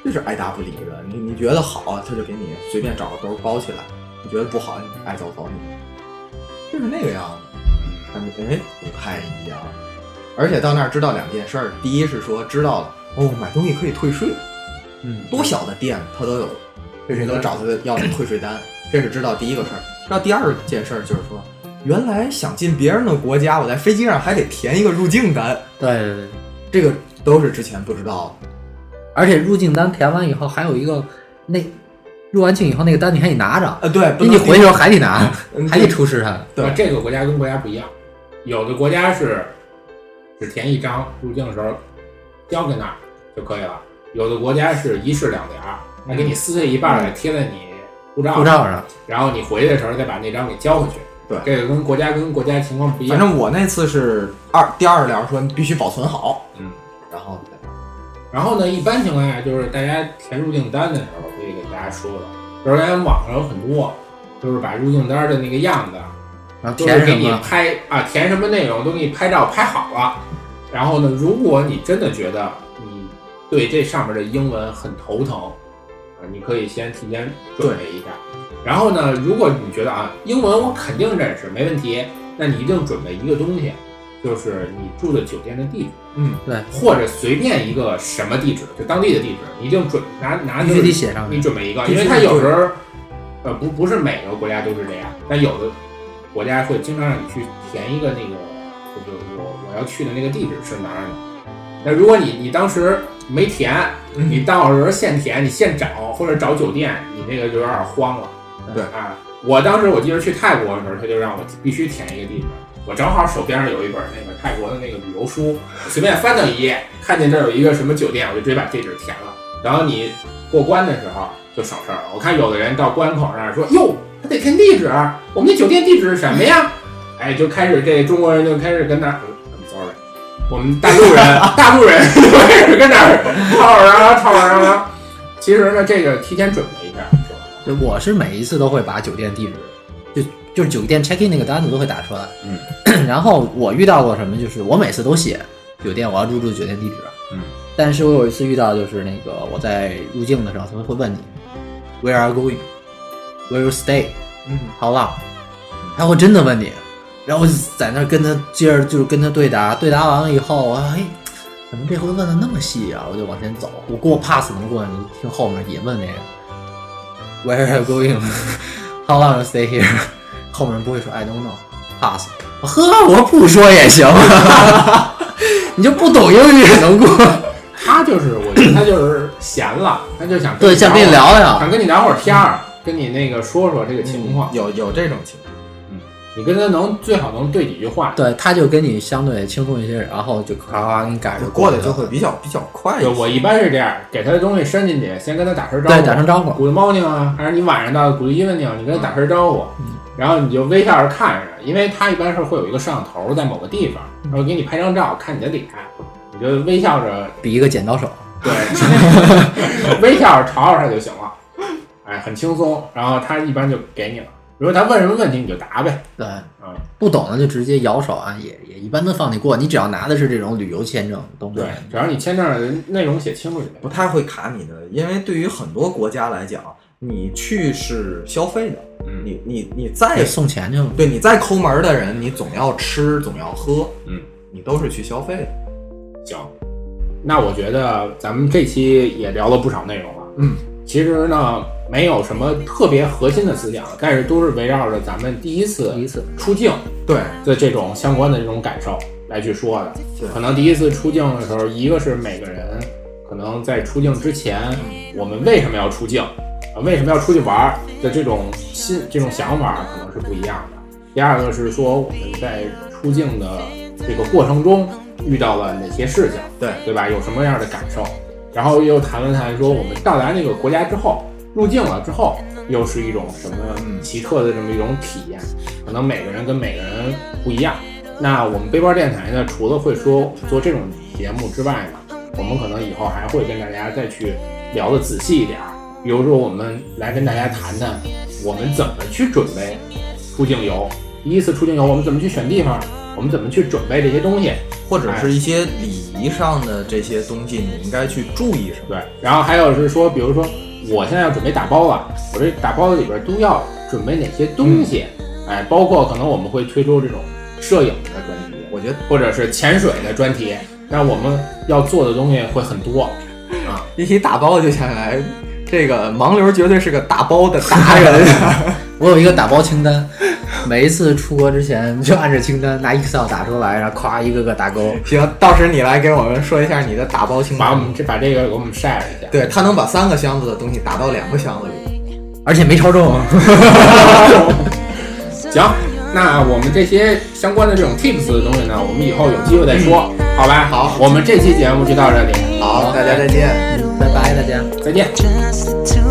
Speaker 3: 就是爱答不理的。你你觉得好，他就给你随便找个兜儿包起来；你觉得不好，你爱走走你，就是那个样子。感觉哎不太一样。而且到那儿知道两件事儿，第一是说知道了哦，买东西可以退税，
Speaker 4: 嗯，
Speaker 3: 多小的店它都有，这谁都找他要退税 单，这是知道第一个事儿。知道第二件事儿就是说，原来想进别人的国家，我在飞机上还得填一个入境单，
Speaker 4: 对对对，
Speaker 3: 这个都是之前不知道的。
Speaker 4: 而且入境单填完以后，还有一个那入完境以后那个单你还得拿着，
Speaker 3: 呃，对，不
Speaker 4: 你
Speaker 3: 能
Speaker 4: 回去时候还得拿，
Speaker 3: 嗯
Speaker 4: 还得出示它。
Speaker 3: 对
Speaker 1: 啊这个国家跟国家不一样，有的国家是只填一张，入境的时候交给那儿就可以了；有的国家是一式两联儿，还给你撕碎一半儿来贴在你护照上，
Speaker 4: 护照上，
Speaker 1: 然后你回去的时候再把那张给交回去。
Speaker 3: 对
Speaker 1: 这个跟国家跟国家情况不一
Speaker 3: 反
Speaker 1: 样。
Speaker 3: 正我那次是二第二条说你必须保存好，
Speaker 1: 嗯，
Speaker 3: 然后
Speaker 1: 然后呢，一般情况下就是大家填入境单的时候，可以给大家说了，就是咱网上有很多，就是把入境单的那个样子啊
Speaker 4: 然后
Speaker 1: 就是
Speaker 4: 填
Speaker 1: 给
Speaker 4: 什
Speaker 1: 你
Speaker 4: 么
Speaker 1: 拍啊，填什么内容都给你拍照拍好了。然后呢，如果你真的觉得你对这上面的英文很头疼，啊，你可以先提前准备一下。然后呢，如果你觉得啊，英文我肯定认识，没问题，那你一定准备一个东西，就是你住的酒店的地址，
Speaker 3: 嗯，
Speaker 4: 对，
Speaker 1: 或者随便一个什么地址，就当地的地址，你一定准拿拿
Speaker 4: 必
Speaker 1: 就
Speaker 4: 须
Speaker 1: 是
Speaker 4: 得写上
Speaker 1: 你
Speaker 4: 去。
Speaker 1: 准备一个，
Speaker 3: 必
Speaker 1: 因
Speaker 3: 须
Speaker 1: 为它
Speaker 3: 得
Speaker 1: 有
Speaker 3: 准
Speaker 1: 时候，呃，不不是每个国家都是这样，但有的国家会经常让你去填一个那个，就是我我要去的那个地址是哪儿。那如果你你当时没填，
Speaker 3: 嗯
Speaker 1: 你到时候现填，你现找或者找酒店，你这个就有点慌了。
Speaker 3: 对
Speaker 1: 啊，我当时我记得去泰国的时候，他就让我必须填一个地址。我正好手边上有一本那个泰国的那个旅游书，我随便翻到一页，看见这儿有一个什么酒店，我就直接把地址填了。然后你过关的时候就省事儿了。我看有的人到关口那儿说：“哟，还得填地址，我们那酒店地址是什么 呀？”哎，就开始这中国人就开始跟那儿，I'm 呃 sorry，我们大陆 人，大陆人就开始跟那儿啊吵嚷嚷，吵嚷嚷。其实呢，这个提前准备一下是吧？
Speaker 4: 对，我是每一次都会把酒店地址，就就是酒店 check in 那个单子都会打出来。嗯， 然后我遇到过什么，就是我每次都写酒店我要入住的酒店地址。
Speaker 1: 嗯，
Speaker 4: 但是我有一次遇到就是那个我在入境的时候，他们会问你 Where are you going? Where you stay?
Speaker 3: 嗯，
Speaker 4: How long？然后我真的问你，然后我就在那儿跟他接着就是跟他对答，对答完了以后，我说哎，怎么这回问的那么细啊？我就往前走，我过 pass 能过，你听后面也问那个 Where are you going？How long you stay here？后面人不会说 I don't know pass。我呵，我说不说也行， 你就不懂英语也能过。
Speaker 1: 他就是，我觉得他就是闲了，他就想跟
Speaker 4: 对，想跟你
Speaker 1: 会儿，
Speaker 4: 聊聊嗯
Speaker 1: 想。跟你聊会儿天儿，跟你那个说说这个情况，
Speaker 3: 有有这种情况，
Speaker 1: 你跟他能最好能对几句话。
Speaker 4: 对，他就跟你相对轻松一些，然后就咔咔给你改
Speaker 3: 就
Speaker 4: 着
Speaker 3: 过
Speaker 4: 来
Speaker 3: 得就
Speaker 4: 了
Speaker 3: 会比较比较快一
Speaker 1: 对，
Speaker 3: 些。
Speaker 1: 我一般是这样，给他的东西伸进去，先跟他打声招呼，
Speaker 4: 对打声招呼。
Speaker 1: Good morning 啊，还是你晚上到 Good evening，你跟他打声招呼，
Speaker 4: 嗯
Speaker 1: 然后你就微笑着看着，因为他一般是会有一个摄像头在某个地方，
Speaker 4: 嗯
Speaker 1: 然后给你拍张照，看你的脸，你就微笑着，
Speaker 4: 比一个剪刀手。
Speaker 1: 对， 微笑着朝着他就行了，哎，很轻松。然后他一般就给你了，如果他问什么问题你就答呗，啊
Speaker 4: 对，不懂的就直接摇手啊，也也一般都放你过。你只要拿的是这种旅游签证东西，
Speaker 1: 对，只要你签证的内容写清楚就
Speaker 3: 不
Speaker 1: 行。
Speaker 3: 太会卡你的，因为对于很多国家来讲，你去是消费的，
Speaker 1: 嗯
Speaker 3: 你你你
Speaker 4: 得
Speaker 3: 再
Speaker 4: 送钱去了。
Speaker 3: 对你再抠门儿的人，你总要吃，总要喝，
Speaker 1: 嗯，
Speaker 3: 你都是去消费的。
Speaker 1: 行，那我觉得咱们这期也聊了不少内容了。
Speaker 3: 嗯，
Speaker 1: 其实呢，没有什么特别核心的思想，但是都是围绕着咱们第一次
Speaker 4: 第一次
Speaker 1: 出境
Speaker 3: 对，
Speaker 1: 的这种相关的这种感受来去说的
Speaker 3: 对。
Speaker 1: 可能第一次出境的时候，一个是每个人可能在出境之前，我们为什么要出境，啊，为什么要出去玩儿的这种心这种想法可能是不一样的。第二个是说我们在出境的这个过程中遇到了哪些事情，
Speaker 3: 对
Speaker 1: 对吧？有什么样的感受？然后又谈了谈说我们到达那个国家之后，入境了之后，又是一种什么
Speaker 3: 嗯
Speaker 1: 奇特的这么一种体验？可能每个人跟每个人不一样。那我们背包电台呢，除了会说做这种节目之外呢，我们可能以后还会跟大家再去聊的仔细一点儿。比如说，我们来跟大家谈谈我们怎么去准备出境游，第一次出境游我们怎么去选地方，我们怎么去准备这些东西。
Speaker 3: 或者是一些礼仪上的这些东西，你应该去注意什么？
Speaker 1: 对，然后还有是说，比如说我现在要准备打包了，我这打包里边都要准备哪些东西？哎，包括可能我们会推出这种摄影的专题，
Speaker 3: 我觉得
Speaker 1: 或者是潜水的专题，但我们要做的东西会很多。
Speaker 3: 一提打包就想起来，这个盲流绝对是个打包的 达人。
Speaker 4: 我有一个打包清单，每一次出国之前就按这清单拿 Excel 打出来，然后咵一个个打勾。
Speaker 3: 行，到时你来给我们说一下你的打包清
Speaker 1: 把我们
Speaker 3: 单。
Speaker 1: 这把这个给我们晒了一下。
Speaker 3: 嗯对他能把三个箱子的东西打到两个箱子里。
Speaker 4: 而且没超重，
Speaker 1: 行，那我们这些相关的这种 tips 的东西呢，我们以后有机会再说，好吧？
Speaker 3: 好
Speaker 1: 我们这期节目就到这里，
Speaker 3: 好，大家再见。
Speaker 4: 拜拜大家。
Speaker 1: 再见。
Speaker 2: just the two